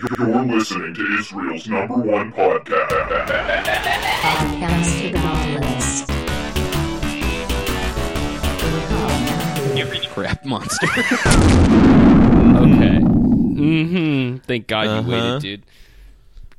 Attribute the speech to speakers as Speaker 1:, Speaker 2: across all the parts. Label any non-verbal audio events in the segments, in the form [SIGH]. Speaker 1: You're listening to Israel's number one podcast.
Speaker 2: Podcast to the Nautilus.
Speaker 3: crap monster. okay. Mm-hmm. Thank God you
Speaker 4: Uh-huh.
Speaker 3: waited, dude.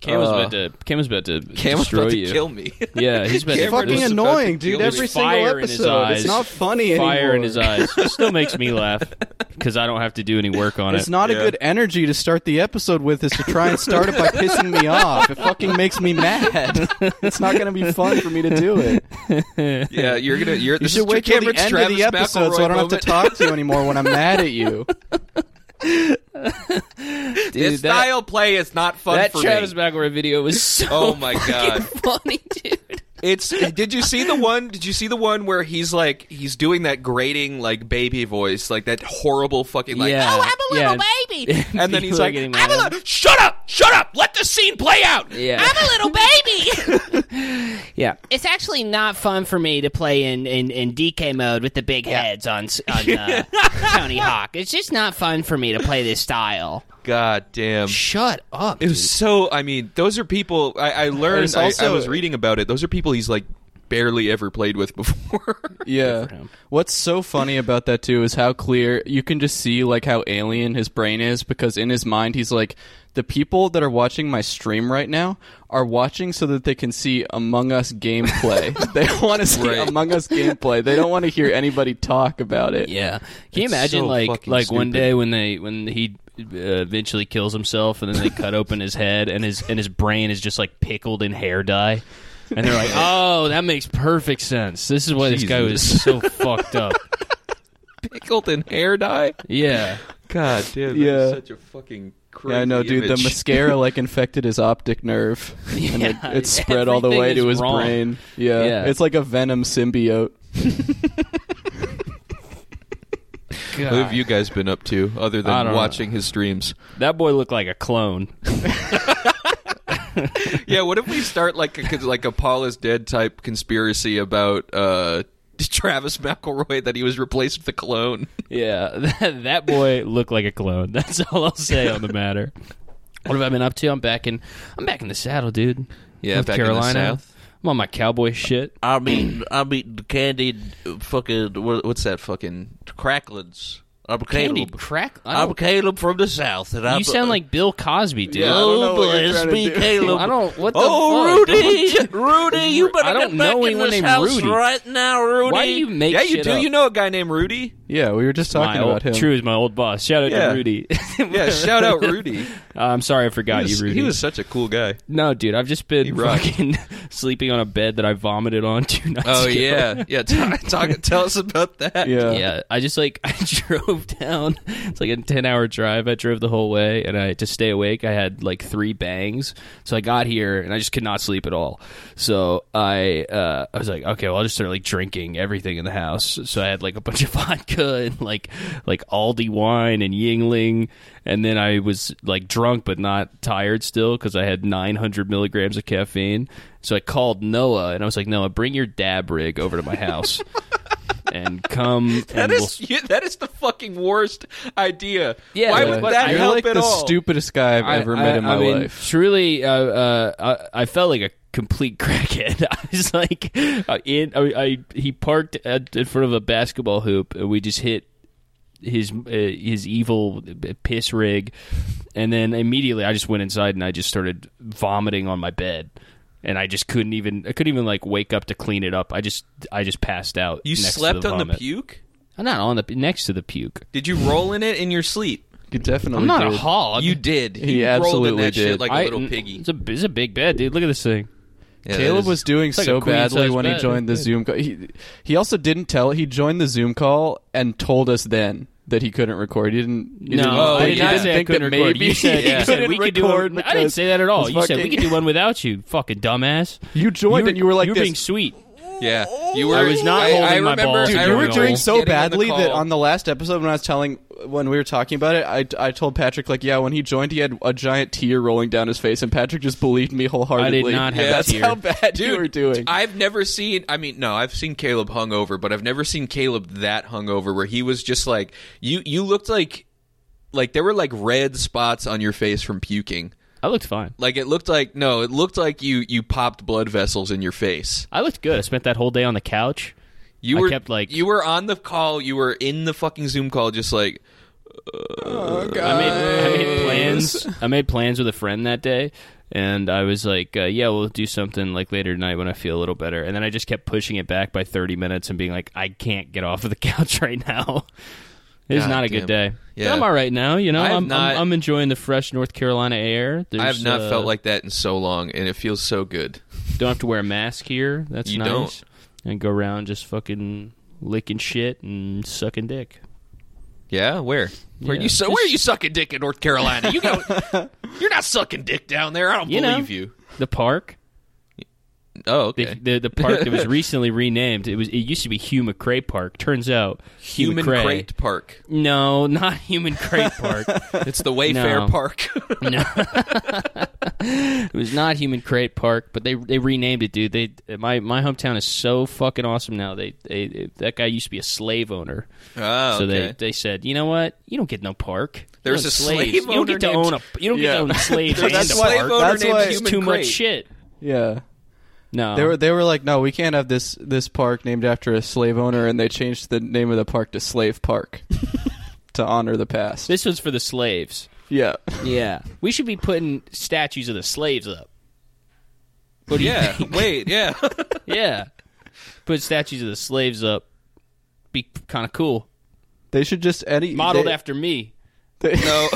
Speaker 3: Cam was
Speaker 4: Uh,
Speaker 3: about to Cam was about to
Speaker 4: [LAUGHS] Cam was
Speaker 3: destroy
Speaker 4: about to
Speaker 3: you.
Speaker 4: kill me.
Speaker 3: Yeah,
Speaker 4: [LAUGHS]
Speaker 3: he's about
Speaker 4: Cam was
Speaker 3: to there's
Speaker 5: fucking
Speaker 4: about to
Speaker 5: annoying, dude.
Speaker 4: kill me.
Speaker 5: Every
Speaker 3: There's
Speaker 5: single
Speaker 3: fire in his
Speaker 5: episode.
Speaker 3: eyes.
Speaker 5: It's not funny anymore.
Speaker 3: fire in his eyes. It still makes me laugh because I don't have to do any
Speaker 4: [LAUGHS]
Speaker 3: work on
Speaker 5: It's
Speaker 3: it.
Speaker 5: not a
Speaker 4: Yeah.
Speaker 5: good energy to start the episode with. Is to try and start it by [LAUGHS] pissing me off. It fucking makes me mad. It's not going to be fun for me to do it.
Speaker 4: yeah, you're gonna. You're,
Speaker 5: You
Speaker 4: this
Speaker 5: should
Speaker 4: is
Speaker 5: wait till
Speaker 4: Cameron's
Speaker 5: the end
Speaker 4: Travis
Speaker 5: of the episode
Speaker 4: McElroy
Speaker 5: so I don't have
Speaker 4: moment.
Speaker 5: to talk to you anymore when I'm mad at [LAUGHS] you.
Speaker 3: dude,
Speaker 4: This
Speaker 3: that-
Speaker 4: style play is not fun
Speaker 3: that
Speaker 4: for
Speaker 3: Travis
Speaker 4: me.
Speaker 3: McElroy video was so
Speaker 4: [LAUGHS] Oh my god,
Speaker 3: funny, dude.
Speaker 4: it's. Did you see the one? Did you see the one where he's like he's doing that grating like baby voice, like that horrible fucking like.
Speaker 3: yeah,
Speaker 4: "Oh, I'm a little
Speaker 3: yeah. [LAUGHS]
Speaker 4: baby. And then he's
Speaker 3: People are
Speaker 4: like,
Speaker 3: getting
Speaker 4: I'm
Speaker 3: mad
Speaker 4: a
Speaker 3: at
Speaker 4: little, shut up, shut up, let the scene play out.
Speaker 3: Yeah.
Speaker 4: I'm a little baby.
Speaker 3: [LAUGHS] Yeah,
Speaker 6: It's actually not fun for me to play in, in, in DK mode with the big heads on, s-
Speaker 3: [LAUGHS]
Speaker 6: on uh, Tony Hawk. It's just not fun for me to play this style.
Speaker 4: God damn.
Speaker 6: Shut up.
Speaker 4: It was so. I mean, those are people. I, I learned.
Speaker 5: There's
Speaker 4: I, I
Speaker 5: also-
Speaker 4: was reading about it. Those are people he's like barely ever played with before. [LAUGHS]
Speaker 5: Yeah. What's so funny about that too is how clear you can just see like how alien his brain is because in his mind he's like the people that are watching my stream right now are watching so that they can see Among
Speaker 3: [LAUGHS]
Speaker 5: Us gameplay. [LAUGHS] they want to see
Speaker 4: Right.
Speaker 5: Among Us gameplay. They don't want to hear anybody talk about it.
Speaker 3: Yeah. Can you
Speaker 4: It's
Speaker 3: imagine
Speaker 4: so
Speaker 3: like like
Speaker 4: fucking
Speaker 3: one
Speaker 4: stupid.
Speaker 3: day when they when he uh, eventually kills himself and then they cut open his head and his and his brain is just like pickled in hair dye. And they're like, "Oh, that makes perfect sense. This is why this guy was
Speaker 4: Jesus.
Speaker 3: so fucked up."
Speaker 4: Pickled in hair dye.
Speaker 3: Yeah.
Speaker 4: God damn.
Speaker 5: Yeah.
Speaker 4: That's such a fucking crazy.
Speaker 5: Yeah, I know, dude.
Speaker 4: image.
Speaker 5: The
Speaker 3: [LAUGHS]
Speaker 5: mascara like infected his optic nerve, and it,
Speaker 3: Yeah,
Speaker 5: it spread all the
Speaker 3: everything
Speaker 5: way to
Speaker 3: is
Speaker 5: his
Speaker 3: wrong.
Speaker 5: brain. Yeah.
Speaker 3: Yeah.
Speaker 5: it's like a venom symbiote.
Speaker 4: What have you guys been up to other
Speaker 3: I
Speaker 4: than
Speaker 3: don't
Speaker 4: watching his streams?
Speaker 3: That boy looked like a clone.
Speaker 4: yeah. What if we start like a, like a Paul is dead type conspiracy about uh, [LAUGHS] Travis McElroy that he was replaced with a clone?
Speaker 3: Yeah. [LAUGHS] That, that boy looked like a clone. That's all I'll say on the matter. What have I been up to? I'm back in I'm back in the saddle, dude.
Speaker 4: Yeah,
Speaker 3: North
Speaker 4: back in the
Speaker 3: Carolina.
Speaker 4: South.
Speaker 3: I'm on my cowboy shit.
Speaker 7: I'm eating, I'm eating candied uh, fucking, what, what's that fucking, cracklins. I'm
Speaker 3: Candied
Speaker 7: Caleb.
Speaker 3: crack. I
Speaker 7: I'm
Speaker 3: don't-
Speaker 7: Caleb from the South. And I'm,
Speaker 3: you sound like Bill Cosby, dude.
Speaker 5: Yeah, I don't know
Speaker 7: oh,
Speaker 5: what you're
Speaker 7: bless
Speaker 5: trying to
Speaker 7: me, [LAUGHS]
Speaker 5: do.
Speaker 7: Caleb.
Speaker 3: I don't. What the
Speaker 7: oh,
Speaker 3: fuck?
Speaker 7: Rudy.
Speaker 3: Don't-
Speaker 7: Rudy, you better
Speaker 3: I don't
Speaker 7: get back
Speaker 3: know
Speaker 7: in
Speaker 3: anyone
Speaker 7: this
Speaker 3: named
Speaker 7: house
Speaker 3: Rudy.
Speaker 7: right now, Rudy.
Speaker 3: Why do you make?
Speaker 4: yeah, you
Speaker 3: shit
Speaker 4: do.
Speaker 3: up?
Speaker 4: You know a guy named [LAUGHS] Rudy?
Speaker 5: Yeah, we were just
Speaker 3: my
Speaker 5: talking
Speaker 3: old,
Speaker 5: about him.
Speaker 3: True is my old boss. Shout out
Speaker 4: Yeah.
Speaker 3: to Rudy. [LAUGHS] Uh,
Speaker 4: Yeah. shout out Rudy.
Speaker 3: I'm sorry, I forgot
Speaker 4: he, was,
Speaker 3: you, Rudy.
Speaker 4: he was such a cool guy.
Speaker 3: no, dude. I've just
Speaker 4: He
Speaker 3: been
Speaker 4: rocked.
Speaker 3: fucking [LAUGHS] sleeping on a bed that I vomited on [LAUGHS] two nights
Speaker 4: Oh [LAUGHS]
Speaker 3: ago.
Speaker 4: yeah, yeah. Talk, [LAUGHS] talk, tell us about that.
Speaker 5: Yeah.
Speaker 3: Yeah, I just like [LAUGHS] I drove down. It's like a ten-hour drive. I drove the whole way, and I to stay awake, I had like three bangs. So I got here, and I just could not sleep at all. So I uh, I was like, okay, well, I'll just start like drinking everything in the house. So I had like a bunch of [LAUGHS] vodka and like like Aldi wine and Yingling, and then I was like drunk but not tired still because I had nine hundred milligrams of caffeine. So I called Noah, and I was like, Noah, bring your dab rig over to my house. and come
Speaker 4: [LAUGHS] That
Speaker 3: and
Speaker 4: is you- that is the fucking worst idea.
Speaker 3: Yeah,
Speaker 4: why
Speaker 3: yeah.
Speaker 4: would
Speaker 3: But
Speaker 4: that
Speaker 5: You're
Speaker 4: help
Speaker 5: like
Speaker 4: at
Speaker 5: the
Speaker 4: all?
Speaker 5: stupidest guy I've
Speaker 3: we'll,
Speaker 5: ever
Speaker 3: I-
Speaker 5: met in
Speaker 3: I-
Speaker 5: my
Speaker 3: I mean,
Speaker 5: life.
Speaker 3: Truly, uh, uh, I, I felt like a complete [LAUGHS] crackhead. I was like, uh, in I, I he parked at, in front of a basketball hoop, and we just hit his uh, his evil uh, piss rig, and then immediately I just went inside and I just started vomiting on my bed. And I just couldn't even. I couldn't even like wake up to clean it up. I just, I just passed out.
Speaker 4: you
Speaker 3: next to
Speaker 4: slept on the
Speaker 3: vomit.
Speaker 4: puke?
Speaker 3: I'm not on the next to the puke.
Speaker 4: Did you roll in it in your sleep?
Speaker 5: You definitely
Speaker 3: I'm not
Speaker 5: did.
Speaker 3: a hog.
Speaker 4: You did.
Speaker 5: He
Speaker 4: you rolled in
Speaker 5: absolutely
Speaker 4: that
Speaker 5: did.
Speaker 4: shit like a
Speaker 3: I-
Speaker 4: little
Speaker 3: n-
Speaker 4: piggy.
Speaker 3: It's a, it's a big bed, dude. Look at this thing.
Speaker 4: Yeah, that
Speaker 5: Caleb
Speaker 4: is-
Speaker 5: was doing
Speaker 3: like
Speaker 5: so
Speaker 3: a queen
Speaker 5: badly
Speaker 3: size
Speaker 5: when he
Speaker 3: bed.
Speaker 5: joined the Zoom call. He, he also didn't tell. He joined the Zoom call and told us then that he couldn't record. He didn't. he didn't,
Speaker 3: No,
Speaker 4: Oh,
Speaker 3: I
Speaker 5: think,
Speaker 3: did
Speaker 4: yeah.
Speaker 5: he
Speaker 3: not
Speaker 5: didn't
Speaker 3: say I
Speaker 5: think
Speaker 3: couldn't
Speaker 5: that maybe
Speaker 3: record. You
Speaker 4: [LAUGHS]
Speaker 3: said,
Speaker 5: he
Speaker 3: you said
Speaker 5: couldn't
Speaker 3: we could do
Speaker 5: record.
Speaker 3: one. I didn't
Speaker 5: because
Speaker 3: say that at all.
Speaker 5: his
Speaker 3: You said we
Speaker 5: fucking-
Speaker 3: could do one without you, fucking dumbass.
Speaker 5: You joined
Speaker 3: were-
Speaker 5: and you were like
Speaker 3: you were
Speaker 5: this.
Speaker 3: being sweet.
Speaker 4: [LAUGHS] Yeah, you were.
Speaker 3: I was not holding
Speaker 4: I
Speaker 3: my
Speaker 4: remember,
Speaker 3: balls
Speaker 5: Dude,
Speaker 4: I
Speaker 3: down.
Speaker 5: you were
Speaker 4: remember
Speaker 5: doing so
Speaker 4: getting
Speaker 5: badly
Speaker 4: on the
Speaker 5: that
Speaker 4: call.
Speaker 5: on the [LAUGHS] last episode when I was telling when we were talking about it, I, I told Patrick like, yeah, when he joined, he had a giant tear rolling down his face, and Patrick just believed me wholeheartedly.
Speaker 3: I did not have
Speaker 4: Yeah,
Speaker 3: a
Speaker 5: That's
Speaker 3: tear.
Speaker 5: how bad you were doing.
Speaker 4: I've never seen. I mean, no, I've seen Caleb hungover, but I've never seen Caleb that hungover where he was just like you. You looked like like there were like red spots on your face from puking.
Speaker 3: I looked fine.
Speaker 4: Like it looked like no, it looked like you you popped blood vessels in your face.
Speaker 3: I looked good. I spent that whole day on the couch.
Speaker 4: You
Speaker 3: I
Speaker 4: were
Speaker 3: kept, like-
Speaker 4: you were on the call. You were in the fucking Zoom call, just like
Speaker 3: I made, I made plans. I made plans with a friend that day, and I was like, uh, "Yeah, we'll do something like later tonight when I feel a little better." And then I just kept pushing it back by thirty minutes and being like, "I can't get off of the [LAUGHS] couch right now." It's
Speaker 4: God
Speaker 3: not a
Speaker 4: damn.
Speaker 3: good day. But
Speaker 4: Yeah.
Speaker 3: I'm all right now. You know,
Speaker 4: I have
Speaker 3: I'm,
Speaker 4: not-
Speaker 3: I'm I'm enjoying the fresh North Carolina air.
Speaker 4: I have
Speaker 3: There's,
Speaker 4: not
Speaker 3: uh,
Speaker 4: felt like that in so long, and it feels so good.
Speaker 3: don't have to wear a mask here. That's
Speaker 4: You
Speaker 3: nice.
Speaker 4: don't.
Speaker 3: And go around just fucking licking shit and sucking dick.
Speaker 4: Yeah, where? Where
Speaker 3: Yeah.
Speaker 4: you so where are you sucking dick in North Carolina? You go,
Speaker 3: [LAUGHS]
Speaker 4: you're not sucking dick down there. I don't
Speaker 3: You know.
Speaker 4: believe you.
Speaker 3: The park.
Speaker 4: Oh,
Speaker 3: The,
Speaker 4: okay.
Speaker 3: the the park that
Speaker 4: [LAUGHS]
Speaker 3: was recently renamed. It was it used to be Hugh McCray Park. Turns out Hugh
Speaker 4: Human
Speaker 3: McRae-
Speaker 4: Crate Park.
Speaker 3: No, not [LAUGHS] Human Crate Park.
Speaker 4: [LAUGHS] It's the Wayfair
Speaker 3: No.
Speaker 4: Park. [LAUGHS]
Speaker 3: no, it was not Human Crate Park, but they they renamed it, dude. They my my hometown is so fucking awesome now. They they, that guy used to be a slave owner,
Speaker 4: oh,
Speaker 3: so
Speaker 4: okay.
Speaker 3: [LAUGHS] they they said, you know what, you don't get no park.
Speaker 4: There's
Speaker 3: no
Speaker 4: a
Speaker 3: slaves.
Speaker 4: slave
Speaker 3: You don't get to
Speaker 4: owner named-
Speaker 3: own a. You don't
Speaker 5: Yeah.
Speaker 3: get to own
Speaker 4: [LAUGHS]
Speaker 3: slaves.
Speaker 4: There's a
Speaker 3: and a
Speaker 4: slave
Speaker 3: park.
Speaker 4: owner
Speaker 5: That's
Speaker 4: named
Speaker 5: why-
Speaker 3: It's
Speaker 4: Human
Speaker 3: too
Speaker 4: Crate.
Speaker 3: much shit.
Speaker 5: Yeah.
Speaker 3: No,
Speaker 5: They were they were like, no, we can't have this this park named after a slave owner, and they changed the name of the park to Slave
Speaker 4: [LAUGHS]
Speaker 5: Park to honor the past.
Speaker 3: this was for the slaves.
Speaker 5: yeah,
Speaker 3: Yeah, we should be putting statues of the slaves up. What do you
Speaker 4: Yeah.
Speaker 3: think?
Speaker 4: Wait. Yeah.
Speaker 3: [LAUGHS] yeah. Put statues of the slaves up. Be kind of cool.
Speaker 5: they should just any
Speaker 3: Modeled
Speaker 5: they-
Speaker 3: after me.
Speaker 5: they-
Speaker 4: No.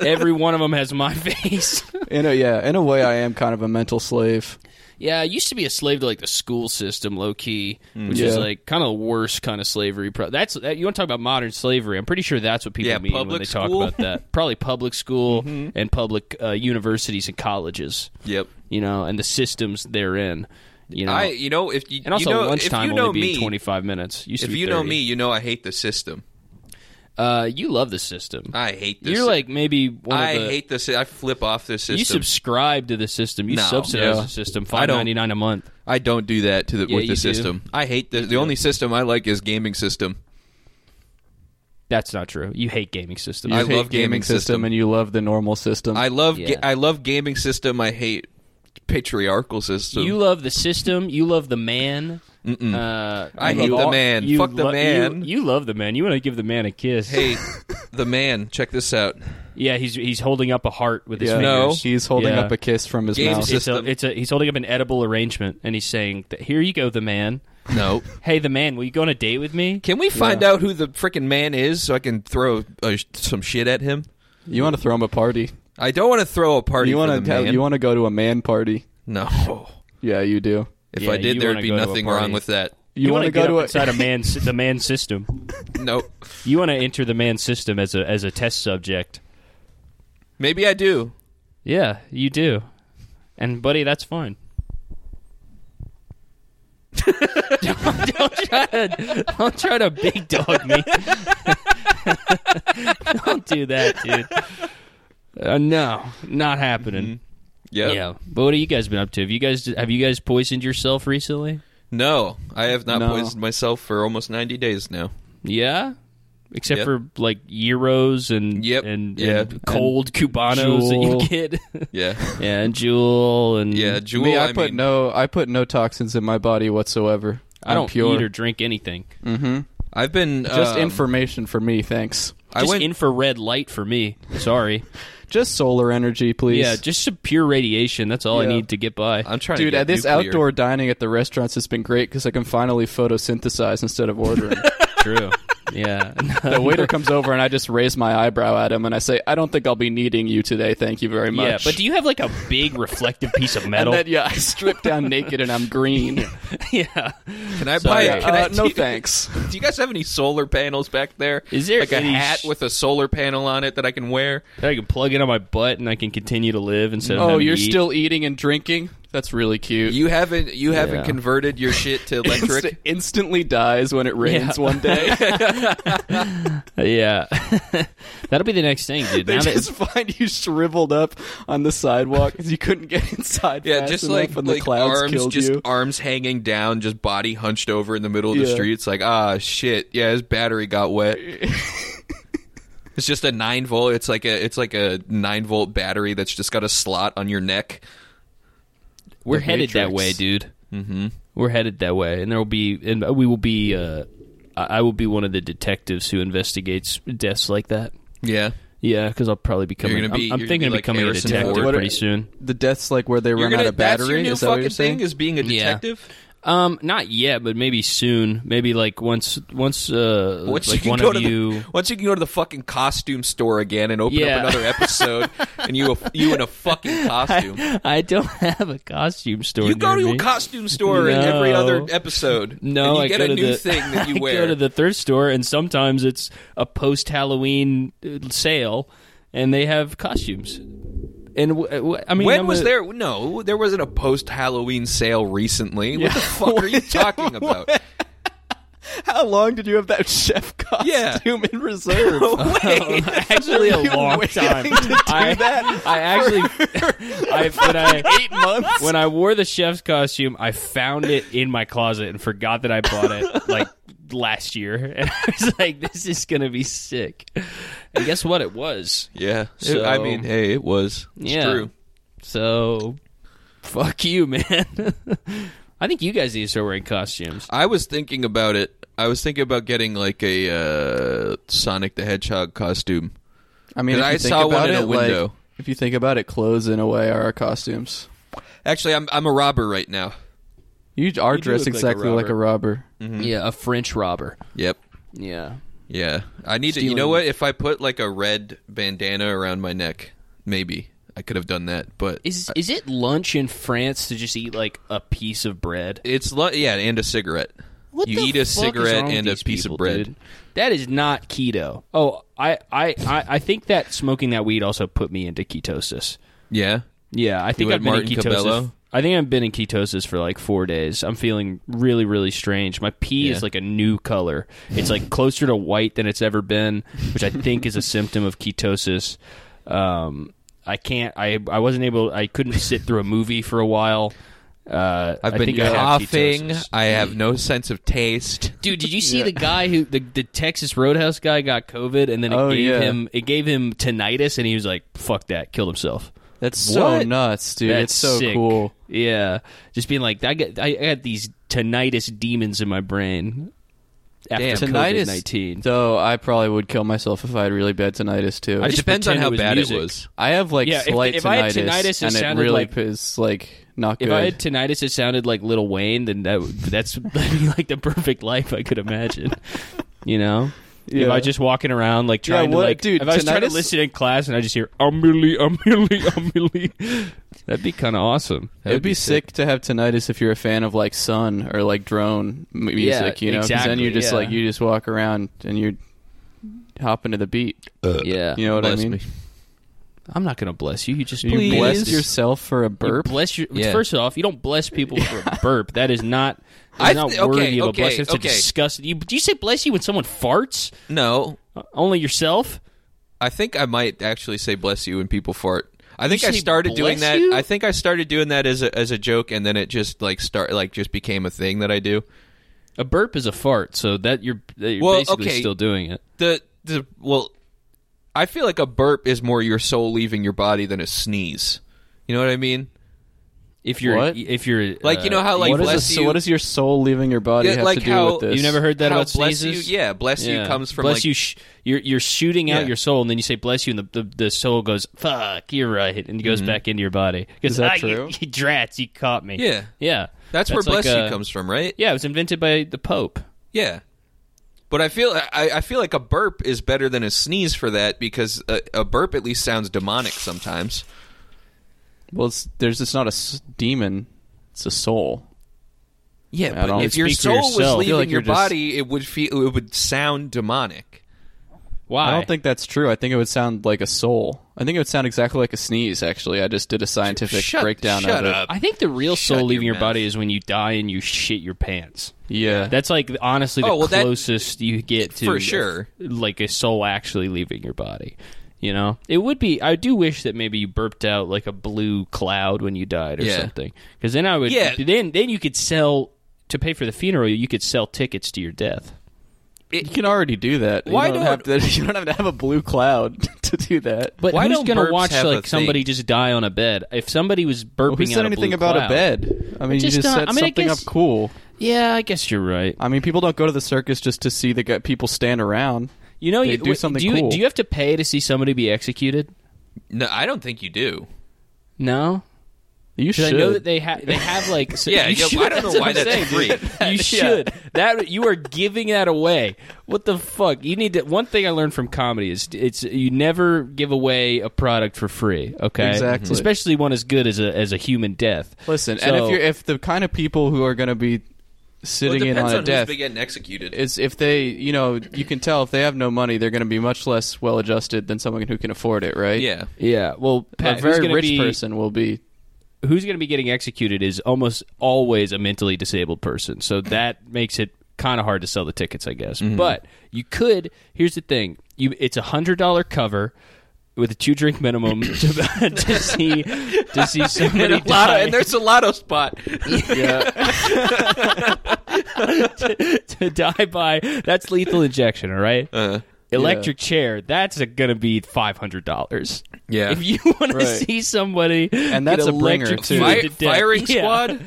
Speaker 3: Every one of them has my [LAUGHS] face.
Speaker 5: [LAUGHS] in a, yeah, in a way, I am kind of a mental slave.
Speaker 3: yeah, I used to be a slave to like the school system, low key,
Speaker 4: Hmm.
Speaker 3: which is
Speaker 5: Yeah.
Speaker 3: like kind of the worst kind of slavery. Pro- that's that, you want to talk about modern slavery. I'm pretty sure that's what people
Speaker 4: Yeah,
Speaker 3: mean when
Speaker 4: public
Speaker 3: they
Speaker 4: school. Mm-hmm.
Speaker 3: talk about
Speaker 4: [LAUGHS]
Speaker 3: that. Probably public school and public uh, universities and colleges.
Speaker 4: yep.
Speaker 3: You know, and the systems they're in. You know,
Speaker 4: I. You know if you
Speaker 3: and also
Speaker 4: you know,
Speaker 3: lunchtime
Speaker 4: if you know
Speaker 3: only
Speaker 4: me,
Speaker 3: being 25 minutes. Used to
Speaker 4: If
Speaker 3: be
Speaker 4: you know
Speaker 3: 30.
Speaker 4: me, you know I hate the system.
Speaker 3: uh, you love the system.
Speaker 4: I hate this.
Speaker 3: You're like maybe one
Speaker 4: I
Speaker 3: of the.
Speaker 4: hate this. I flip off this system.
Speaker 3: You subscribe to the system. You
Speaker 4: No.
Speaker 3: subsidize
Speaker 4: Yeah.
Speaker 3: the system.
Speaker 4: I
Speaker 3: Five
Speaker 4: don't-
Speaker 3: ninety nine a month.
Speaker 4: I don't do that to the,
Speaker 3: Yeah,
Speaker 4: with
Speaker 3: you
Speaker 4: the
Speaker 3: do.
Speaker 4: system. I hate the the only system I like is gaming system.
Speaker 3: That's not true. You hate gaming systems.
Speaker 5: You
Speaker 4: I
Speaker 5: hate
Speaker 4: love gaming
Speaker 5: system,
Speaker 4: system.
Speaker 5: and you love the normal system.
Speaker 4: I love ga-
Speaker 3: Yeah.
Speaker 4: I love gaming system. I hate patriarchal system.
Speaker 3: you love the system. You love the man. Uh,
Speaker 4: I
Speaker 3: you
Speaker 4: hate
Speaker 3: love
Speaker 4: the
Speaker 3: all-
Speaker 4: man.
Speaker 3: you
Speaker 4: Fuck the
Speaker 3: lo-
Speaker 4: man.
Speaker 3: You, you love the man. You want to give the man a kiss.
Speaker 4: [LAUGHS] hey, the man, check this out.
Speaker 3: Yeah, he's he's holding up a heart with his
Speaker 5: Yeah.
Speaker 4: No.
Speaker 3: fingers.
Speaker 5: He's holding
Speaker 3: Yeah.
Speaker 5: up a kiss from his
Speaker 4: Games
Speaker 5: mouth.
Speaker 4: is-
Speaker 3: It's a,
Speaker 4: System.
Speaker 3: it's a he's holding up an edible arrangement, and he's saying, that, "Here you go, the man.
Speaker 4: No.
Speaker 3: Hey, the man, will you go on a date with me?"
Speaker 4: Can we find out who the freaking man is so I can throw uh, sh- some shit at him?
Speaker 5: you want to throw him a party?
Speaker 4: I don't want to throw a party
Speaker 5: You
Speaker 4: for
Speaker 5: want
Speaker 4: the
Speaker 5: to have-
Speaker 4: man.
Speaker 5: you want to go to a man party?
Speaker 4: no.
Speaker 5: Yeah, you do.
Speaker 4: If
Speaker 3: Yeah,
Speaker 4: I
Speaker 3: you
Speaker 4: did, there'd
Speaker 3: wanna
Speaker 4: be
Speaker 3: go to a
Speaker 4: nothing
Speaker 3: party.
Speaker 4: wrong with that.
Speaker 5: You,
Speaker 3: want to
Speaker 5: go
Speaker 3: get
Speaker 5: to
Speaker 3: up
Speaker 5: a,
Speaker 3: inside a man's the man system.
Speaker 4: Nope.
Speaker 3: You want to enter the man system as a as a test subject.
Speaker 4: Maybe I do.
Speaker 3: Yeah, you do. And buddy, that's fine. [LAUGHS] don't, don't try to don't try to big dog me. [LAUGHS] don't do that, dude. Uh, no, not happening. Uh,
Speaker 4: Yeah.
Speaker 3: [LAUGHS] Yeah, but what have you guys been up to? Have you guys have you guys poisoned yourself recently?
Speaker 4: No, I have not
Speaker 5: No.
Speaker 4: poisoned myself for almost 90 days now.
Speaker 3: Yeah, except
Speaker 4: Yep.
Speaker 3: for like euros and
Speaker 4: Yep.
Speaker 3: and,
Speaker 4: Yeah.
Speaker 3: and cold cubanos
Speaker 5: Juul.
Speaker 3: that you get.
Speaker 4: [LAUGHS] Yeah.
Speaker 3: [LAUGHS] yeah, and Jewel and
Speaker 4: Yeah, Jewel,
Speaker 5: [LAUGHS] Me, I,
Speaker 4: I
Speaker 5: put
Speaker 4: mean-
Speaker 5: no, I put no toxins in my body whatsoever.
Speaker 3: I don't
Speaker 5: am pure.
Speaker 3: eat or drink anything.
Speaker 4: I've been
Speaker 5: Just
Speaker 4: um,
Speaker 5: information for me, thanks.
Speaker 4: I
Speaker 3: just
Speaker 4: went
Speaker 3: infrared light for me. Sorry.
Speaker 5: [LAUGHS] Just solar energy, please.
Speaker 3: yeah, just some pure radiation. That's all I
Speaker 5: Yeah.
Speaker 3: need to get by.
Speaker 4: I'm trying to
Speaker 5: dude.
Speaker 4: get
Speaker 5: At this
Speaker 4: nuclear.
Speaker 5: outdoor dining at the restaurants has been great because I can finally photosynthesize instead
Speaker 3: [LAUGHS]
Speaker 5: of ordering.
Speaker 3: [LAUGHS] True.
Speaker 5: [LAUGHS]
Speaker 3: yeah.
Speaker 5: the waiter comes over and I just raise my eyebrow at him and I say, "I don't think I'll be needing you today. Thank you very much."
Speaker 3: Yeah, but do you have like a big reflective piece of
Speaker 5: [LAUGHS] and
Speaker 3: metal?
Speaker 5: then, yeah, I strip down naked and I'm green.
Speaker 3: [LAUGHS] yeah.
Speaker 4: Can I buy?
Speaker 5: Yeah,
Speaker 4: it? Can I,
Speaker 5: uh, no [LAUGHS] thanks.
Speaker 4: [LAUGHS] Do you guys have any solar panels back there?
Speaker 3: Is there
Speaker 4: like a
Speaker 3: any
Speaker 4: hat
Speaker 3: sh-
Speaker 4: with a solar panel on it that I can wear?
Speaker 3: I can plug it on my butt and I can continue to live instead of
Speaker 5: Oh,
Speaker 3: having to
Speaker 5: you're
Speaker 3: eat.
Speaker 5: still eating and drinking? That's really cute.
Speaker 4: You haven't. You haven't
Speaker 3: Yeah.
Speaker 4: converted your shit [LAUGHS] to electric.
Speaker 5: Inst- instantly dies when it
Speaker 4: [LAUGHS]
Speaker 5: rains one day.
Speaker 3: Uh, Yeah. [LAUGHS] That'll be the next thing, dude.
Speaker 5: [LAUGHS] they
Speaker 3: Now that
Speaker 5: just find you shriveled up on the sidewalk because you couldn't get inside.
Speaker 4: yeah,
Speaker 5: fast
Speaker 4: just
Speaker 5: enough
Speaker 4: like
Speaker 5: when
Speaker 4: like
Speaker 5: the clouds
Speaker 4: arms,
Speaker 5: killed
Speaker 4: just
Speaker 5: you.
Speaker 4: arms hanging down, just body hunched over in the middle of the [LAUGHS]
Speaker 5: Yeah.
Speaker 4: street. It's like ah shit. Yeah, his battery got wet. It's just a nine volt. It's like a it's like a nine volt battery that's just got a slot on your neck.
Speaker 3: We're
Speaker 5: The
Speaker 3: headed that
Speaker 5: Matrix.
Speaker 3: way, dude. Mm-hmm. We're headed that way, and there will be, and we will be. Uh, I I will be one of the detectives who investigates deaths like that.
Speaker 4: Yeah.
Speaker 3: Yeah, because I'll probably become.
Speaker 4: You're
Speaker 3: I'm,
Speaker 4: gonna be-
Speaker 3: I'm
Speaker 4: you're
Speaker 3: thinking
Speaker 4: gonna be like
Speaker 3: of becoming a
Speaker 4: Harrison
Speaker 3: detective
Speaker 4: Ford.
Speaker 3: pretty soon.
Speaker 5: The death's like where they run out of
Speaker 4: that's your
Speaker 5: battery.
Speaker 4: new
Speaker 5: Is that what
Speaker 4: fucking
Speaker 5: you're saying?
Speaker 4: thing is being a
Speaker 3: Yeah.
Speaker 4: detective.
Speaker 3: Um, not yet, but maybe soon. Maybe like once, once, uh,
Speaker 4: Once you
Speaker 3: like
Speaker 4: can
Speaker 3: one
Speaker 4: go
Speaker 3: of
Speaker 4: to the-
Speaker 3: you.
Speaker 4: once you can go to the fucking costume store again and open
Speaker 3: Yeah.
Speaker 4: up another
Speaker 3: [LAUGHS]
Speaker 4: episode, and you you in a fucking [LAUGHS] costume.
Speaker 3: I don't have a costume store.
Speaker 4: You go
Speaker 3: near
Speaker 4: to
Speaker 3: me.
Speaker 4: a costume store in every
Speaker 3: No.
Speaker 4: other episode.
Speaker 3: No,
Speaker 4: and you
Speaker 3: I
Speaker 4: get
Speaker 3: go
Speaker 4: a
Speaker 3: to
Speaker 4: new
Speaker 3: the,
Speaker 4: thing
Speaker 3: [LAUGHS]
Speaker 4: that you
Speaker 3: I
Speaker 4: wear.
Speaker 3: go to the thrift store, and sometimes it's a post Halloween sale, and they have costumes. And w- uh, w- I mean,
Speaker 4: when
Speaker 3: I'm
Speaker 4: was
Speaker 3: a-
Speaker 4: there? No, there wasn't a post Halloween sale recently. What
Speaker 3: [LAUGHS]
Speaker 4: the fuck are you talking about?
Speaker 5: How long did you
Speaker 3: [LAUGHS]
Speaker 5: have that chef
Speaker 4: [LAUGHS]
Speaker 5: costume
Speaker 4: Yeah.
Speaker 5: in
Speaker 4: [LAUGHS]
Speaker 5: reserve? [LAUGHS]
Speaker 3: Actually, a [LAUGHS] long time. I, I actually, [LAUGHS] I when I
Speaker 5: Eight months.
Speaker 3: when I wore the chef's costume, I found it in my closet and forgot that I bought it [LAUGHS] like last year. [LAUGHS] And I was like, "This is gonna be sick." And guess what? It was.
Speaker 4: Yeah,
Speaker 3: So-
Speaker 4: I mean, hey, it was. It's
Speaker 3: Yeah.
Speaker 4: true.
Speaker 3: So, fuck you, man. [LAUGHS] I think you guys need to start wearing costumes.
Speaker 4: I was thinking about it. I was thinking about getting like a uh, Sonic the Hedgehog costume.
Speaker 5: I mean,
Speaker 4: 'Cause
Speaker 5: if
Speaker 4: I
Speaker 5: you think
Speaker 4: saw
Speaker 5: about
Speaker 4: one in
Speaker 5: it,
Speaker 4: a
Speaker 5: like,
Speaker 4: window.
Speaker 5: if you think about it, clothes in a way are our costumes.
Speaker 4: Actually, I'm I'm a robber right now.
Speaker 5: You are dressed
Speaker 3: look like a
Speaker 5: exactly like a robber.
Speaker 3: Yeah, a French robber.
Speaker 4: Yep.
Speaker 3: Yeah.
Speaker 4: Yeah. I need to. You know
Speaker 3: Stealing-
Speaker 4: what? If I put like a red bandana around my neck, maybe I could have done that. But
Speaker 3: Is is it lunch in France to just eat like a piece of bread?
Speaker 4: It's lu- yeah, and a cigarette. you eat a cigarette and a piece of bread.
Speaker 3: That is not keto. Oh, I, I, I, I think that smoking that weed also put me into ketosis.
Speaker 4: Yeah,
Speaker 3: Yeah, I think
Speaker 4: had
Speaker 3: I've been
Speaker 4: Martin
Speaker 3: in ketosis.
Speaker 4: Cabello?
Speaker 3: I think I've been in ketosis for like four days. I'm feeling really, really strange. My pee
Speaker 4: Yeah.
Speaker 3: is like a new color. It's like closer to white than it's ever been, which I think is a symptom of ketosis. Um, I can't. I I wasn't able. I couldn't sit through a movie for a while. Uh,
Speaker 4: I've
Speaker 3: I
Speaker 4: been
Speaker 3: think I have
Speaker 4: coughing.
Speaker 3: ketosis.
Speaker 4: I have no sense of taste.
Speaker 3: Dude, did you see the guy who the, the Texas Roadhouse guy got COVID and then it
Speaker 5: Oh,
Speaker 3: gave
Speaker 5: yeah.
Speaker 3: him it gave him tinnitus and he was like, "Fuck that," killed himself.
Speaker 5: That's so
Speaker 4: What?
Speaker 5: nuts, dude.
Speaker 3: That's
Speaker 5: it's so
Speaker 3: sick.
Speaker 5: cool.
Speaker 3: Yeah, just being like, I get, I got these tinnitus demons in my brain after
Speaker 4: Damn.
Speaker 3: COVID
Speaker 5: Tinnitus,
Speaker 3: nineteen.
Speaker 5: though, I probably would kill myself if I had really bad tinnitus too.
Speaker 3: I
Speaker 4: It
Speaker 3: just
Speaker 4: depends on
Speaker 3: pretend
Speaker 4: how
Speaker 3: it was
Speaker 4: bad
Speaker 3: music.
Speaker 4: it was.
Speaker 5: I have like
Speaker 3: Yeah, if-
Speaker 5: slight
Speaker 3: if I had
Speaker 5: tinnitus,
Speaker 3: tinnitus, it
Speaker 5: and it
Speaker 3: sounded
Speaker 5: really
Speaker 3: like-
Speaker 5: is like not good.
Speaker 3: If I had tinnitus, it sounded like Little Wayne. Then that would- that's [LAUGHS] like the perfect life I could imagine. [LAUGHS] you know. Am
Speaker 5: Yeah.
Speaker 3: I just walking around like trying
Speaker 5: what-
Speaker 3: to like
Speaker 5: dude,
Speaker 3: if I was trying to
Speaker 5: tinnitus-
Speaker 3: listen in class and I just hear "Um, Amelie, [LAUGHS] Amelie, Amelie, um, that'd be kind of awesome. That
Speaker 5: It'd be sick to have tinnitus if you're a fan of like Sun or like drone m- music, you know? 'Cause then
Speaker 3: exactly,
Speaker 5: you just
Speaker 3: yeah.
Speaker 5: like you just walk around and you're hopping to the beat.
Speaker 3: Yeah,
Speaker 5: You know what I
Speaker 4: Bless
Speaker 5: mean?
Speaker 4: me.
Speaker 3: I'm not gonna bless you. You just
Speaker 5: You
Speaker 3: please.
Speaker 5: bless yourself for a burp.
Speaker 3: You bless your,
Speaker 4: Yeah.
Speaker 3: First off, you don't bless people for
Speaker 4: [LAUGHS]
Speaker 3: a burp. That is not. That
Speaker 4: I
Speaker 3: is not
Speaker 4: th- okay,
Speaker 3: worthy of a
Speaker 4: okay,
Speaker 3: blessing. It's
Speaker 4: okay.
Speaker 3: a disgust. You, do you say bless you when someone farts?
Speaker 4: No,
Speaker 3: Only yourself?
Speaker 4: I think I might actually say bless you when people fart. I think I
Speaker 3: say
Speaker 4: started doing
Speaker 3: bless
Speaker 4: that.
Speaker 3: you?
Speaker 4: I think I started doing that as a, as a joke, and then it just like start like just became a thing that I do.
Speaker 3: A burp is a fart, so that you're, that you're
Speaker 4: Well,
Speaker 3: basically
Speaker 4: okay.
Speaker 3: still doing it.
Speaker 4: The the well, I feel like a burp is more your soul leaving your body than a sneeze. You know what I mean?
Speaker 3: If you're,
Speaker 5: What?
Speaker 3: if you're, uh,
Speaker 4: Like, you know how, like,
Speaker 5: what, is
Speaker 4: bless
Speaker 5: this-
Speaker 4: you-
Speaker 5: what does your soul leaving your body
Speaker 4: Yeah,
Speaker 5: have
Speaker 4: like
Speaker 5: to do
Speaker 4: how-
Speaker 5: with this?
Speaker 3: you never heard that
Speaker 4: How
Speaker 3: about
Speaker 4: bless
Speaker 3: sneezes?
Speaker 4: you? Yeah, bless you
Speaker 3: Yeah.
Speaker 4: comes from
Speaker 3: bless
Speaker 4: like
Speaker 3: you. Sh- you're you're shooting out
Speaker 4: Yeah.
Speaker 3: your soul, and then you say bless you, and the the, the soul goes fuck. You're right, and it goes back into your body. Is
Speaker 5: that
Speaker 3: ah,
Speaker 5: true?
Speaker 3: You, you drats, you caught me.
Speaker 4: Yeah.
Speaker 3: yeah.
Speaker 4: That's, where
Speaker 3: like
Speaker 4: bless
Speaker 3: a-
Speaker 4: you comes from, right?
Speaker 3: Yeah, it was invented by the Pope.
Speaker 4: Yeah. But I feel I, I feel like a burp is better than a sneeze for that because a, a burp at least sounds demonic sometimes.
Speaker 5: Well, it's, there's it's not a s- demon; it's a soul.
Speaker 4: Yeah,
Speaker 5: I don't-
Speaker 4: if your
Speaker 3: Speak for
Speaker 4: soul was
Speaker 3: yourself. I feel
Speaker 4: leaving
Speaker 5: like
Speaker 4: your
Speaker 5: you're just-
Speaker 4: body, it would feel it would sound demonic.
Speaker 3: Why?
Speaker 5: I don't think that's true. I think it would sound like a soul. I think it would sound exactly like a sneeze. Actually, I just did a scientific
Speaker 4: Shut-
Speaker 5: breakdown
Speaker 4: shut
Speaker 5: of it.
Speaker 4: up.
Speaker 3: I think the real
Speaker 4: Shut
Speaker 3: soul leaving
Speaker 4: your
Speaker 3: your,
Speaker 4: mouth.
Speaker 3: body is when you die and you shit your pants.
Speaker 5: Yeah,
Speaker 3: That's like honestly the
Speaker 4: Oh, well, that-
Speaker 3: closest you get to
Speaker 4: For sure.
Speaker 3: like a soul actually leaving your body. You know, it would be. I do wish that maybe you burped out like a blue cloud when you died or
Speaker 4: Yeah.
Speaker 3: something, because then I would.
Speaker 4: Yeah.
Speaker 3: Then then you could sell to pay for the funeral. You could sell tickets to your death.
Speaker 5: You can already do that.
Speaker 3: Why
Speaker 5: you don't,
Speaker 3: don't-
Speaker 5: have to, [LAUGHS] you don't have to have a blue cloud [LAUGHS] to do that.
Speaker 3: But
Speaker 4: Why
Speaker 3: who's
Speaker 4: don't
Speaker 3: gonna
Speaker 4: burps
Speaker 3: watch
Speaker 4: have a
Speaker 3: like somebody
Speaker 4: thing?
Speaker 3: just die on a bed? If somebody was burping,
Speaker 5: who said
Speaker 3: out a
Speaker 5: anything
Speaker 3: blue
Speaker 5: about
Speaker 3: cloud-
Speaker 5: a bed? I mean,
Speaker 3: just
Speaker 5: you just
Speaker 3: don't-
Speaker 5: said
Speaker 3: I mean, I
Speaker 5: something
Speaker 3: guess-
Speaker 5: up cool.
Speaker 3: Yeah, I guess you're right.
Speaker 5: I mean, people don't go to the circus just to see the guy, people stand around.
Speaker 3: You know,
Speaker 5: They
Speaker 3: you
Speaker 5: do
Speaker 3: wait,
Speaker 5: something
Speaker 3: do you,
Speaker 5: cool.
Speaker 3: Do you have to pay to see somebody be executed?
Speaker 4: No, I don't think you do.
Speaker 3: No,
Speaker 5: You
Speaker 3: because I
Speaker 5: should.
Speaker 3: know that they have they have like so-
Speaker 4: Yeah,
Speaker 3: you
Speaker 4: yeah, I
Speaker 3: should,
Speaker 4: don't know
Speaker 3: what
Speaker 4: why
Speaker 3: I'm
Speaker 4: that's
Speaker 3: saying,
Speaker 4: free.
Speaker 3: dude.
Speaker 4: [LAUGHS]
Speaker 3: You should that you are giving that away. What the fuck? You need to. One thing I learned from comedy is it's you never give away a product for free. Okay,
Speaker 5: Exactly.
Speaker 3: Especially one as good as a as a human death.
Speaker 5: Listen,
Speaker 3: So-
Speaker 5: and if you're if the kind of people who are going to be
Speaker 4: Well, it
Speaker 5: sitting in
Speaker 4: depends
Speaker 5: on a
Speaker 4: on
Speaker 5: death
Speaker 4: who's been getting executed.
Speaker 5: is if they, you know, you can tell if they have no money, they're going to be much less well adjusted than someone who can afford it, right?
Speaker 4: yeah.
Speaker 3: yeah, well, Pat,
Speaker 5: a
Speaker 3: who's
Speaker 5: very
Speaker 3: gonna
Speaker 5: rich
Speaker 3: be-
Speaker 5: person will be.
Speaker 3: who's going to be getting executed is almost always a mentally disabled person. So that [CLEARS THROAT] makes it kind of hard to sell the tickets, I guess.
Speaker 4: Mm-hmm.
Speaker 3: But you could. Here's the thing: you it's a hundred dollar cover with a two drink
Speaker 4: [COUGHS]
Speaker 3: minimum to, [LAUGHS] to see
Speaker 4: [LAUGHS]
Speaker 3: to see somebody
Speaker 4: A lotto,
Speaker 3: die.
Speaker 4: and there's a lotto spot.
Speaker 3: [LAUGHS] to die by that's lethal injection. All right.
Speaker 4: Uh,
Speaker 3: Electric chair, that's going to be five hundred dollars.
Speaker 4: Yeah.
Speaker 3: if you want to see somebody,
Speaker 5: And that's
Speaker 3: get
Speaker 5: a bringer,
Speaker 3: electrocuted
Speaker 5: too.
Speaker 4: Fire-
Speaker 3: [LAUGHS] to
Speaker 4: firing
Speaker 3: death. Yeah.
Speaker 4: squad?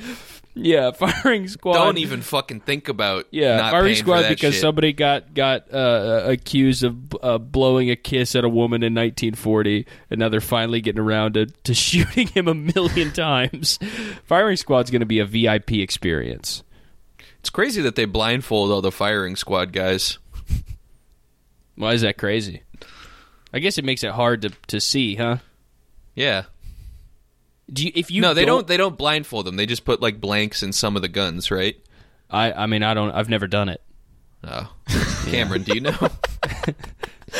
Speaker 3: yeah, firing squad.
Speaker 4: Don't even fucking think about
Speaker 3: Yeah,
Speaker 4: not
Speaker 3: firing
Speaker 4: paying for
Speaker 3: squad
Speaker 4: that
Speaker 3: because
Speaker 4: shit.
Speaker 3: somebody got got uh, accused of uh, blowing a kiss at a woman in 1940, and now they're finally getting around to, to [LAUGHS] shooting him a million times. Firing squad's going to be a VIP experience.
Speaker 4: It's crazy that they blindfold all the firing squad guys.
Speaker 3: Why is that crazy? I guess it makes it hard to, to see, huh?
Speaker 4: Yeah.
Speaker 3: Do you, if you
Speaker 4: no, they don't, They don't blindfold them. They just put like blanks in some of the guns, right?
Speaker 3: I I mean I don't I've never done it.
Speaker 4: Oh, Cameron, do you know?
Speaker 5: [LAUGHS]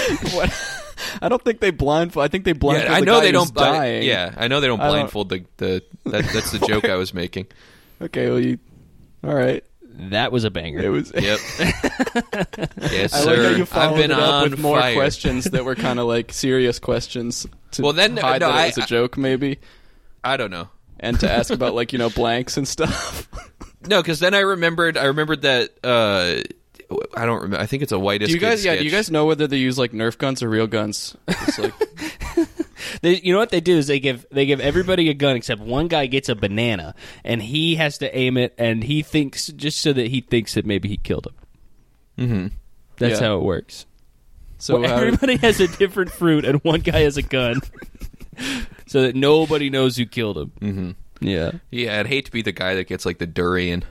Speaker 5: I don't think they blindfold. I think they blindfold.
Speaker 4: I
Speaker 5: the
Speaker 4: know
Speaker 5: guy
Speaker 4: they
Speaker 5: who's
Speaker 4: don't. bli-
Speaker 5: dying.
Speaker 4: yeah, I know they don't
Speaker 5: don't-
Speaker 4: blindfold the the. That, that's
Speaker 5: [LAUGHS]
Speaker 4: the joke I was making.
Speaker 5: Okay. Well, you. All right.
Speaker 3: That was a banger.
Speaker 5: It was.
Speaker 4: Yep. yes,
Speaker 5: [LAUGHS] I
Speaker 4: sir.
Speaker 5: like how you
Speaker 4: I've
Speaker 5: followed
Speaker 4: been
Speaker 5: it up
Speaker 4: on
Speaker 5: with more
Speaker 4: fire.
Speaker 5: questions that were kind of like serious questions. To
Speaker 4: Well, then,
Speaker 5: hide
Speaker 4: no,
Speaker 5: that
Speaker 4: I-
Speaker 5: it was a joke maybe,
Speaker 4: I don't know.
Speaker 5: and to ask about like you know blanks
Speaker 4: [LAUGHS]
Speaker 5: and stuff.
Speaker 4: No, because then I remembered. I remembered that. Uh, I don't remember. I think it's a whitest.
Speaker 5: do you
Speaker 4: Kid
Speaker 5: guys? Yeah. Do
Speaker 4: sketch.
Speaker 5: you guys know whether they use like Nerf guns or real guns? It's like,
Speaker 3: They, you know what they do is they give they give everybody a gun except one guy gets a banana and he has to aim it and he thinks just so that he thinks that maybe he killed him. Mm-hmm. That's
Speaker 5: Yeah.
Speaker 3: how it works. [LAUGHS]
Speaker 5: so
Speaker 3: Well,
Speaker 5: how-
Speaker 3: everybody has a different fruit and one guy has a gun, so that nobody knows who killed him. Mm-hmm. Yeah,
Speaker 4: Yeah, I'd hate to be the guy that gets like the durian.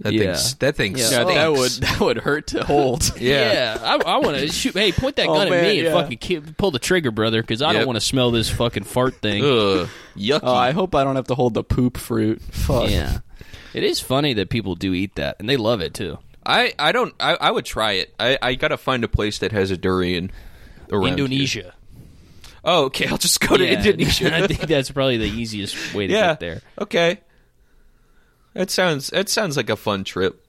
Speaker 4: That
Speaker 3: Yeah.
Speaker 4: thing. That thing.
Speaker 3: Yeah.
Speaker 5: Yeah,
Speaker 4: stinks.
Speaker 5: that would that would hurt to hold.
Speaker 4: Yeah.
Speaker 3: I, I want to shoot. Hey, point that
Speaker 5: Oh,
Speaker 3: gun
Speaker 5: man,
Speaker 3: at me and
Speaker 5: yeah.
Speaker 3: fucking ki- pull the trigger, brother, because I
Speaker 4: Yep.
Speaker 3: don't want to smell this fucking fart thing.
Speaker 4: Ugh. Yucky.
Speaker 5: Oh, I hope I don't have to hold the poop fruit. Fuck.
Speaker 3: Yeah, it is funny that people do eat that and they love it too.
Speaker 4: I, I don't. I, I would try it. I, I gotta find a place that has a durian. Around here.
Speaker 3: Indonesia.
Speaker 4: Oh, okay. I'll just go to
Speaker 3: Yeah, [LAUGHS]
Speaker 4: Indonesia.
Speaker 5: [LAUGHS]
Speaker 3: I think that's probably the easiest way to
Speaker 4: yeah.
Speaker 3: get there.
Speaker 4: Okay. That sounds. That sounds like a fun trip.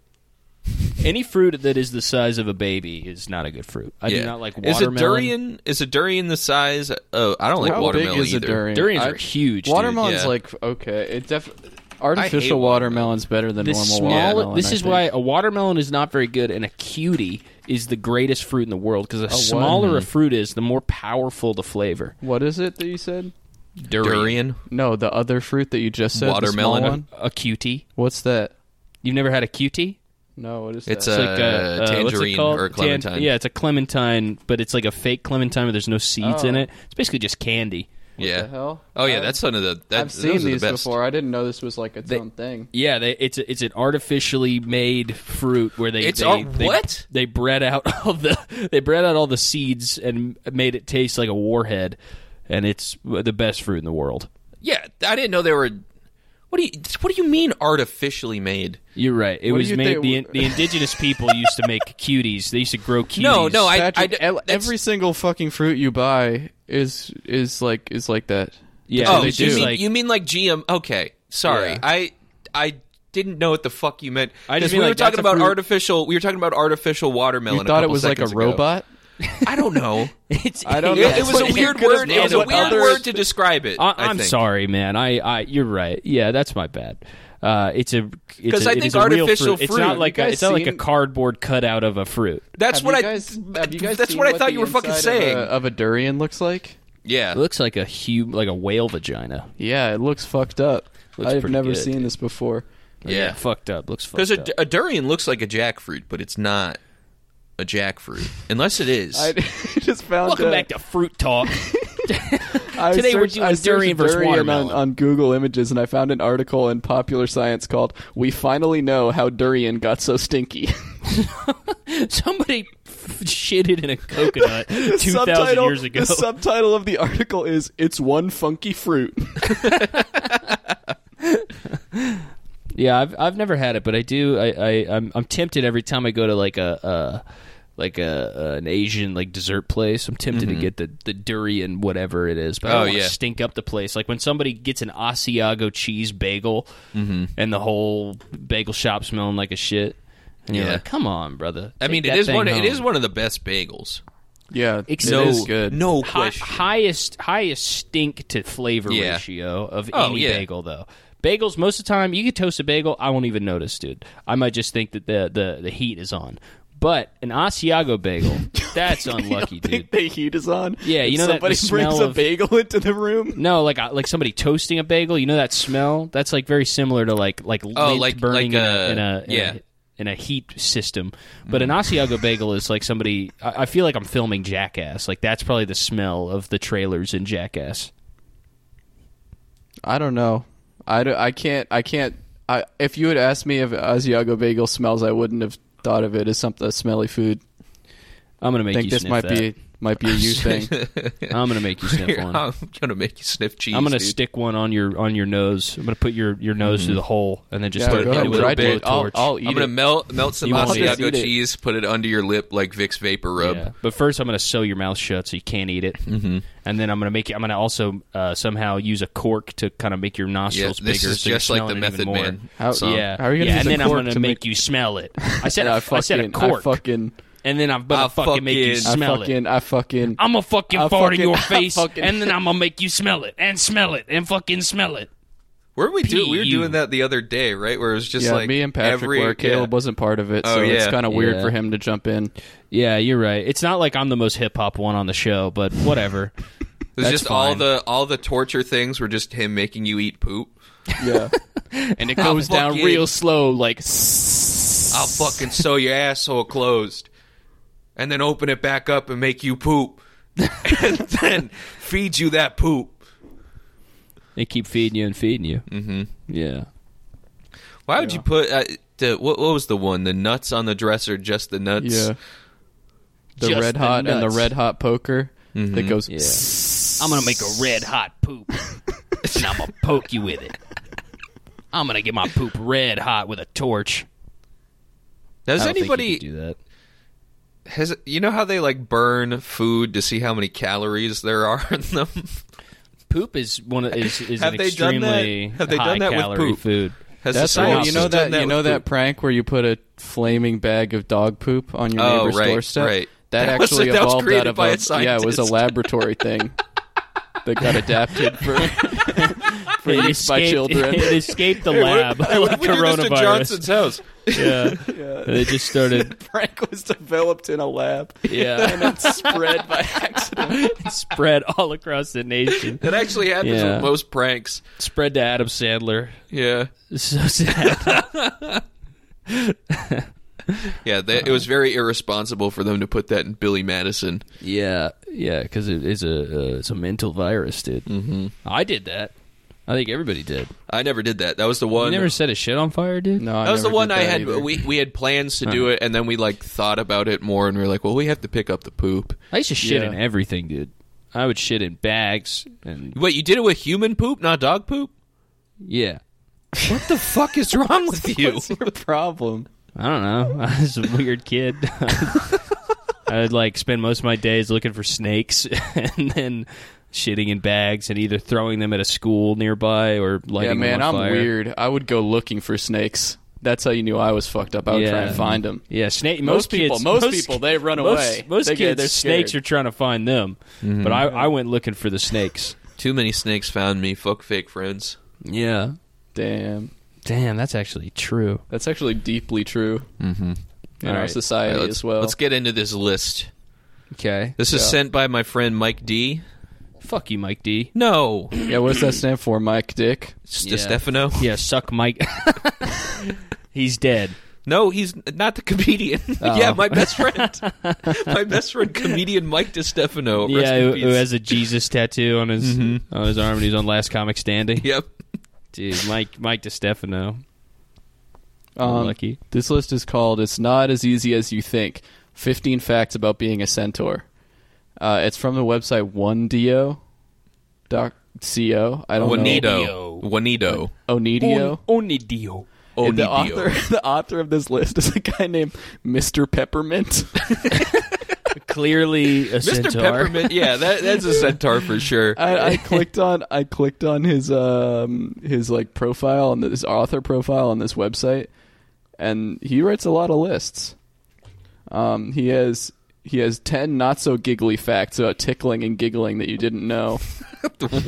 Speaker 3: Any fruit that is the size of a baby is not a good fruit. I
Speaker 4: yeah.
Speaker 3: do not like
Speaker 4: Is
Speaker 3: watermelon.
Speaker 4: a durian? Is a durian the size? Oh, I don't like
Speaker 5: How
Speaker 4: watermelon
Speaker 5: big is
Speaker 4: either.
Speaker 5: a durian?
Speaker 3: Durians
Speaker 5: I-
Speaker 3: are huge. dude.
Speaker 5: Watermelon's
Speaker 4: yeah.
Speaker 5: like okay. It def
Speaker 4: I hate
Speaker 5: artificial watermelon's better than
Speaker 3: This
Speaker 5: normal
Speaker 3: small.
Speaker 5: watermelon.
Speaker 3: This
Speaker 5: I
Speaker 3: is
Speaker 5: think.
Speaker 3: why a watermelon is not very good, and a cutie is the greatest fruit in the world
Speaker 4: Oh,
Speaker 3: because the smaller
Speaker 4: Hmm.
Speaker 3: a fruit is, the more powerful the flavor.
Speaker 5: What is it that you said?
Speaker 4: Durian.
Speaker 5: No, the other fruit that you just said. the small
Speaker 4: Watermelon.
Speaker 5: one?
Speaker 3: A cutie.
Speaker 5: What's that?
Speaker 3: You've never had a cutie?
Speaker 5: No, what is
Speaker 4: It's
Speaker 5: that?
Speaker 4: a
Speaker 3: Like a, uh,
Speaker 4: tangerine
Speaker 3: what's it called?
Speaker 4: or a
Speaker 3: Tan-
Speaker 4: clementine.
Speaker 3: yeah, it's a clementine, but it's like a fake clementine where there's no seeds in
Speaker 5: Oh.
Speaker 3: it. It's basically just candy.
Speaker 4: yeah.
Speaker 5: the hell?
Speaker 4: Oh yeah,
Speaker 5: I've-
Speaker 4: that's one of the. That,
Speaker 5: I've seen
Speaker 4: those are
Speaker 5: these
Speaker 4: the best.
Speaker 5: before. I didn't know this was like its own thing.
Speaker 3: Yeah, they, it's a, it's an artificially made fruit where they
Speaker 4: It's
Speaker 3: they,
Speaker 4: all-
Speaker 3: they-
Speaker 4: what?
Speaker 3: they bred out [LAUGHS] all the they bred out all the seeds and made it taste like a warhead, and it's the best fruit in the world.
Speaker 4: Yeah, I didn't know they were. What do you What do you mean artificially made?
Speaker 3: You're right. It
Speaker 5: What do
Speaker 3: was
Speaker 5: you
Speaker 3: made
Speaker 5: think-
Speaker 3: the in- the indigenous people used
Speaker 4: [LAUGHS]
Speaker 3: to make cuties. They used to grow cuties.
Speaker 4: No, no, I, I
Speaker 5: Patrick, el-
Speaker 4: that's-
Speaker 5: every single fucking fruit you buy is is like is like that.
Speaker 3: yeah,
Speaker 4: Oh,
Speaker 3: they
Speaker 4: you
Speaker 3: do.
Speaker 4: mean
Speaker 3: Like,
Speaker 4: you mean [LAUGHS] like GM? Okay, sorry,
Speaker 5: Yeah.
Speaker 4: I I didn't know what the fuck you meant.
Speaker 3: I just
Speaker 4: Because we
Speaker 3: mean,
Speaker 4: were
Speaker 3: like,
Speaker 4: talking
Speaker 3: that's a
Speaker 4: about
Speaker 3: fruit-
Speaker 4: artificial. We were talking about artificial watermelon.
Speaker 5: You
Speaker 4: a
Speaker 5: thought it
Speaker 4: couple
Speaker 5: was like a
Speaker 4: seconds ago.
Speaker 5: robot.
Speaker 4: I don't
Speaker 5: [LAUGHS]
Speaker 4: know.
Speaker 3: it's,
Speaker 5: I don't
Speaker 4: It,
Speaker 5: know.
Speaker 4: it was a
Speaker 5: That's
Speaker 4: weird
Speaker 5: what you
Speaker 4: word. It
Speaker 5: could've
Speaker 4: was a
Speaker 5: named
Speaker 4: weird
Speaker 5: others.
Speaker 4: word to describe it.
Speaker 3: I,
Speaker 4: I
Speaker 3: I'm
Speaker 4: think.
Speaker 3: sorry, man. I, I, you're right. Yeah, that's my bad. Uh, it's a because
Speaker 4: I think artificial
Speaker 3: It's not
Speaker 4: fruit-
Speaker 3: like
Speaker 5: you
Speaker 3: a,
Speaker 5: guys
Speaker 3: it's not like a
Speaker 5: seen-
Speaker 3: cardboard cutout of a fruit.
Speaker 4: That's
Speaker 5: Have
Speaker 4: what
Speaker 5: you
Speaker 4: I.
Speaker 5: guys- have you guys
Speaker 4: that's
Speaker 5: seen
Speaker 4: what I thought
Speaker 5: the
Speaker 4: you were fucking
Speaker 5: inside of a-
Speaker 4: saying.
Speaker 5: Of a, durian looks like.
Speaker 4: yeah.
Speaker 3: It looks like a hum, like a whale vagina.
Speaker 5: Yeah, it looks fucked up.
Speaker 3: Looks
Speaker 5: I've
Speaker 3: pretty
Speaker 5: never
Speaker 3: good,
Speaker 5: seen
Speaker 3: dude.
Speaker 5: this before.
Speaker 4: Yeah.
Speaker 3: fucked up. Looks fucked
Speaker 7: Because
Speaker 3: up.
Speaker 7: a, a durian looks like a jackfruit, but it's not a jackfruit unless it is.
Speaker 5: I [LAUGHS] just found.
Speaker 3: Welcome
Speaker 5: uh,
Speaker 3: back to Fruit
Speaker 6: [LAUGHS]
Speaker 3: Talk.
Speaker 5: I
Speaker 3: Today we're
Speaker 5: searched-
Speaker 3: doing
Speaker 5: I searched
Speaker 3: durian versus watermelon.
Speaker 5: on, on Google Images, and I found an article in Popular Science called "We Finally Know How Durian Got So Stinky." [LAUGHS]
Speaker 3: Somebody f- [LAUGHS] shitted in
Speaker 4: [LAUGHS]
Speaker 3: a coconut two thousand
Speaker 5: subtitle-
Speaker 3: years ago.
Speaker 5: [LAUGHS] The subtitle of the article is "It's One Funky Fruit."
Speaker 3: Yeah, I've I've never had it, but I do. I, I I'm I'm tempted every time I go to like a uh, like a an Asian like dessert place. I'm tempted to get the the durian whatever it is, but I
Speaker 4: Mm-hmm. Oh,
Speaker 3: don't wanna
Speaker 4: yeah.
Speaker 3: stink up the place. Like when somebody gets an Asiago cheese bagel
Speaker 4: Mm-hmm.
Speaker 3: and the whole bagel shop smelling like a shit. And you're
Speaker 4: Yeah.
Speaker 3: like, come on, brother.
Speaker 4: [LAUGHS] I
Speaker 3: Take
Speaker 4: mean, it
Speaker 3: that
Speaker 4: is
Speaker 3: thing
Speaker 4: one.
Speaker 3: home."
Speaker 4: It is one of the best bagels.
Speaker 5: yeah,
Speaker 3: Ex-
Speaker 5: it [LAUGHS]
Speaker 3: No-
Speaker 5: is good.
Speaker 7: no
Speaker 3: Hi-
Speaker 7: question.
Speaker 3: highest highest stink to flavor
Speaker 4: Yeah.
Speaker 3: ratio of
Speaker 4: Oh,
Speaker 3: any
Speaker 4: yeah.
Speaker 3: bagel though. Bagels most of the time you could toast a bagel, I won't even notice, dude. I might just think that the the, the heat is on. But an
Speaker 4: [LAUGHS]
Speaker 3: Asiago bagel, that's unlucky,
Speaker 5: I think
Speaker 3: dude.
Speaker 5: the heat is on.
Speaker 3: Yeah, you
Speaker 5: and
Speaker 3: know that-
Speaker 5: somebody
Speaker 3: the
Speaker 5: brings
Speaker 3: smell
Speaker 5: a
Speaker 3: of-
Speaker 5: bagel into the room.
Speaker 3: No, like uh, like somebody toasting a bagel, you know that smell? That's like very similar to like like lint
Speaker 4: Oh, like-
Speaker 3: burning
Speaker 4: like,
Speaker 3: in a,
Speaker 4: uh,
Speaker 3: in a, in a-
Speaker 4: yeah. Mm-hmm.
Speaker 3: in a heat system. But an Asiago bagel is like somebody I, I feel like I'm filming Jackass. Like that's probably the smell of the trailers in Jackass.
Speaker 5: I don't know. I, don't- I can't. I can't. I, if you had asked me if Asiago bagel smells, I wouldn't have thought of it as something smelly food.
Speaker 3: I'm gonna make
Speaker 5: I think
Speaker 3: you
Speaker 5: this
Speaker 3: sniff
Speaker 5: might
Speaker 3: that.
Speaker 5: be might be
Speaker 3: [LAUGHS]
Speaker 5: a you thing.
Speaker 3: I'm gonna make you sniff one.
Speaker 4: I'm gonna make you sniff cheese.
Speaker 3: I'm gonna
Speaker 4: dude.
Speaker 3: stick one on your on your nose. I'm gonna put your, your nose
Speaker 5: Mm-hmm.
Speaker 3: through the hole and then just
Speaker 5: Yeah,
Speaker 3: put
Speaker 5: go
Speaker 3: it
Speaker 5: ahead,
Speaker 3: in with a
Speaker 5: try it. I'll-
Speaker 3: blowtorch.
Speaker 5: I'll eat
Speaker 4: I'm gonna
Speaker 5: it.
Speaker 4: melt melt some
Speaker 3: You won't eat
Speaker 4: Asiago
Speaker 3: it.
Speaker 5: Just eat it.
Speaker 4: cheese, put it under your lip like Vicks Vapor Rub.
Speaker 3: Yeah. But first, I'm gonna sew your mouth shut so you can't eat it, mm-hmm. and then I'm gonna make it. I'm gonna also uh, somehow use a cork to kind of make your
Speaker 4: Yeah,
Speaker 3: nostrils
Speaker 4: this
Speaker 3: bigger.
Speaker 4: is
Speaker 3: so you're
Speaker 4: just like the
Speaker 3: smelling it even
Speaker 4: Method
Speaker 3: more.
Speaker 4: Man. Uh,
Speaker 5: How-
Speaker 4: song.
Speaker 3: Yeah,
Speaker 5: How are you gonna
Speaker 3: yeah, and
Speaker 5: use a
Speaker 3: then I'm
Speaker 5: cork
Speaker 3: gonna
Speaker 5: to
Speaker 3: make,
Speaker 5: make-
Speaker 3: you smell
Speaker 5: [LAUGHS]
Speaker 3: it. I said,
Speaker 5: I
Speaker 3: a, I said a
Speaker 5: fucking-
Speaker 3: cork,
Speaker 5: I fucking.
Speaker 3: and then I'm gonna
Speaker 4: I
Speaker 3: fucking, make you
Speaker 4: fucking- I
Speaker 3: smell
Speaker 5: I
Speaker 3: it.
Speaker 5: fucking. I fucking.
Speaker 3: I'm gonna fucking
Speaker 5: I
Speaker 3: fart in
Speaker 5: fucking- [LAUGHS]
Speaker 3: your
Speaker 5: I
Speaker 3: face,
Speaker 5: fucking-
Speaker 3: and then I'm gonna make you smell it and smell it and fucking smell it.
Speaker 4: Where we do we were
Speaker 3: P.U.
Speaker 4: doing that the other day, right? Where it was just
Speaker 5: yeah,
Speaker 4: like
Speaker 5: me and Patrick
Speaker 4: every,
Speaker 5: were. Caleb
Speaker 4: yeah.
Speaker 5: wasn't part of it,
Speaker 4: Oh,
Speaker 5: so it's
Speaker 4: yeah.
Speaker 5: kind of weird
Speaker 3: Yeah.
Speaker 5: for him to jump in.
Speaker 3: Yeah, you're right. It's not like I'm the most hip hop one on the show, but whatever.
Speaker 4: It was
Speaker 3: That's
Speaker 4: just all
Speaker 3: fine.
Speaker 4: the all the torture things were just him making you eat poop.
Speaker 5: Yeah,
Speaker 3: [LAUGHS] and it goes
Speaker 4: fuck
Speaker 3: down
Speaker 4: you.
Speaker 3: real slow, like
Speaker 4: I'll fucking sew your asshole closed, and then open it back up and make you poop, [LAUGHS] and then feed you that poop.
Speaker 3: they keep feeding you and feeding you. Mm-hmm. Yeah,
Speaker 4: Why would you put uh, the what, what was the one? The nuts on the dresser, just the nuts.
Speaker 5: yeah. The
Speaker 3: Just
Speaker 5: red
Speaker 3: the
Speaker 5: hot and the
Speaker 3: nuts. Mm-hmm.
Speaker 5: red hot poker that goes.
Speaker 3: yeah. I'm gonna make a red hot poop, and I'm gonna poke you with it. I'm gonna get my poop red hot with a torch.
Speaker 4: Does
Speaker 3: I don't think you
Speaker 4: anybody
Speaker 3: could do that?
Speaker 4: has you know how they like burn food to see how many calories there are in them? [LAUGHS]
Speaker 3: Poop is one of, is is
Speaker 4: Have
Speaker 3: an
Speaker 4: they done that?
Speaker 3: extremely
Speaker 4: Have they
Speaker 3: high
Speaker 4: done that with
Speaker 3: calorie
Speaker 4: poop?
Speaker 3: food.
Speaker 4: Has
Speaker 5: That's
Speaker 4: society
Speaker 5: cool. You know
Speaker 4: done
Speaker 5: that, you
Speaker 4: with
Speaker 5: know that
Speaker 4: [LAUGHS] food?
Speaker 5: prank where you put a flaming bag of dog poop on your
Speaker 4: Oh,
Speaker 5: neighbor's
Speaker 4: right,
Speaker 5: doorstep.
Speaker 4: right.
Speaker 5: That,
Speaker 4: That was-
Speaker 5: actually
Speaker 4: that was
Speaker 5: evolved
Speaker 4: created
Speaker 5: out of
Speaker 4: by
Speaker 5: a,
Speaker 4: a
Speaker 5: yeah, it was a
Speaker 4: scientist.
Speaker 5: laboratory
Speaker 4: [LAUGHS]
Speaker 5: thing that got adapted for for
Speaker 3: It
Speaker 5: use by
Speaker 3: escaped- [LAUGHS]
Speaker 5: children.
Speaker 3: It escaped the lab of
Speaker 4: We did this to
Speaker 3: coronavirus.
Speaker 4: Johnson's house.
Speaker 3: Yeah. they just started.
Speaker 5: prank was developed in a lab
Speaker 3: Yeah,
Speaker 5: and spread by accident.
Speaker 3: [LAUGHS] spread all across the nation.
Speaker 4: That actually happens
Speaker 3: Yeah.
Speaker 4: with most pranks.
Speaker 3: Spread to Adam Sandler.
Speaker 4: Yeah,
Speaker 3: So sad.
Speaker 4: yeah. They, it
Speaker 5: Uh-huh.
Speaker 4: was very irresponsible for them to put that in Billy Madison.
Speaker 3: Yeah, yeah, because it is a uh, it's a mental virus, dude. Mm-hmm. I did that. I think everybody did.
Speaker 4: I never did that. That was the
Speaker 3: You
Speaker 4: one.
Speaker 3: never set a shit on fire, dude.
Speaker 5: No, I
Speaker 4: that was the
Speaker 5: never
Speaker 4: one
Speaker 5: did
Speaker 4: I
Speaker 5: that
Speaker 4: had.
Speaker 5: either. Uh-huh.
Speaker 4: We we had plans to do it, and then we like thought about it more, and we were like, well, we have to pick up the poop.
Speaker 3: I used to shit
Speaker 5: Yeah.
Speaker 3: in everything, dude. I would shit in bags and
Speaker 4: Wait, you did it with human poop, not dog poop?
Speaker 3: yeah.
Speaker 4: What the fuck is wrong with you?
Speaker 5: [LAUGHS]
Speaker 4: [LAUGHS]
Speaker 5: What's your problem?
Speaker 3: I don't know. [LAUGHS] I was a weird kid. [LAUGHS] I would like spend most of my days looking for snakes [LAUGHS] and then shitting in bags and either throwing them at a school nearby or lighting
Speaker 5: yeah,
Speaker 3: them
Speaker 5: man,
Speaker 3: on
Speaker 5: I'm
Speaker 3: fire.
Speaker 5: weird. I would go looking for snakes. That's how you knew I was fucked up. I would try
Speaker 3: Yeah.
Speaker 5: and find them.
Speaker 3: Yeah, snake.
Speaker 5: Most
Speaker 3: Most,
Speaker 5: people-
Speaker 3: kids,
Speaker 5: most people, they run
Speaker 3: most-
Speaker 5: away.
Speaker 3: Most
Speaker 5: They get-
Speaker 3: kids,
Speaker 5: they're
Speaker 3: snakes are
Speaker 5: scared. Mm-hmm.
Speaker 3: trying to find them. But I, I went looking for the snakes.
Speaker 4: Too many snakes found me. Fuck fake friends.
Speaker 3: yeah,
Speaker 5: Damn.
Speaker 3: Damn, that's actually true.
Speaker 5: That's actually deeply true in
Speaker 3: All
Speaker 5: our
Speaker 3: right.
Speaker 5: society
Speaker 4: Mm-hmm. All right, let's,
Speaker 5: as well.
Speaker 4: Let's get into this list.
Speaker 3: Okay.
Speaker 4: This is sent by my friend Mike D.
Speaker 3: Fuck you, Mike D. [CLEARS THROAT]
Speaker 4: No,
Speaker 5: yeah, what does that stand for, Mike Dick?
Speaker 4: it's
Speaker 3: Yeah.
Speaker 4: De Stefano.
Speaker 3: Yeah, suck Mike. [LAUGHS] He's dead.
Speaker 4: No, he's not the comedian. [LAUGHS]
Speaker 3: Oh.
Speaker 4: yeah, my best friend,
Speaker 3: [LAUGHS]
Speaker 4: my best friend, comedian Mike DeStefano. Rest
Speaker 3: yeah,
Speaker 4: in
Speaker 3: who,
Speaker 4: peace.
Speaker 3: who has a Jesus tattoo on his on his arm and he's on Last Comic Standing.
Speaker 4: Yep.
Speaker 3: Dude, Mike Mike DiStefano.
Speaker 5: Um,
Speaker 3: Lucky.
Speaker 5: This list is called "It's Not as Easy as You Think: 15 Facts About Being a Centaur." Uh, it's from the website one do doc co.
Speaker 3: Oh,
Speaker 5: I don't
Speaker 4: Juanito. Juanito.
Speaker 5: know. Onedio.
Speaker 3: Onidio.
Speaker 5: And the
Speaker 4: Onidio.
Speaker 5: author, [LAUGHS] the author of this list is a guy named Mr. Peppermint.
Speaker 3: Clearly a
Speaker 4: Mr.
Speaker 3: centaur.
Speaker 4: Peppermint. Yeah, that, that's a centaur for sure.
Speaker 3: Uh,
Speaker 5: I, I clicked on I clicked on his um his like profile and his author profile on this website, and he writes a lot of lists. Um, he has he has ten not so giggly facts about tickling and giggling that you didn't know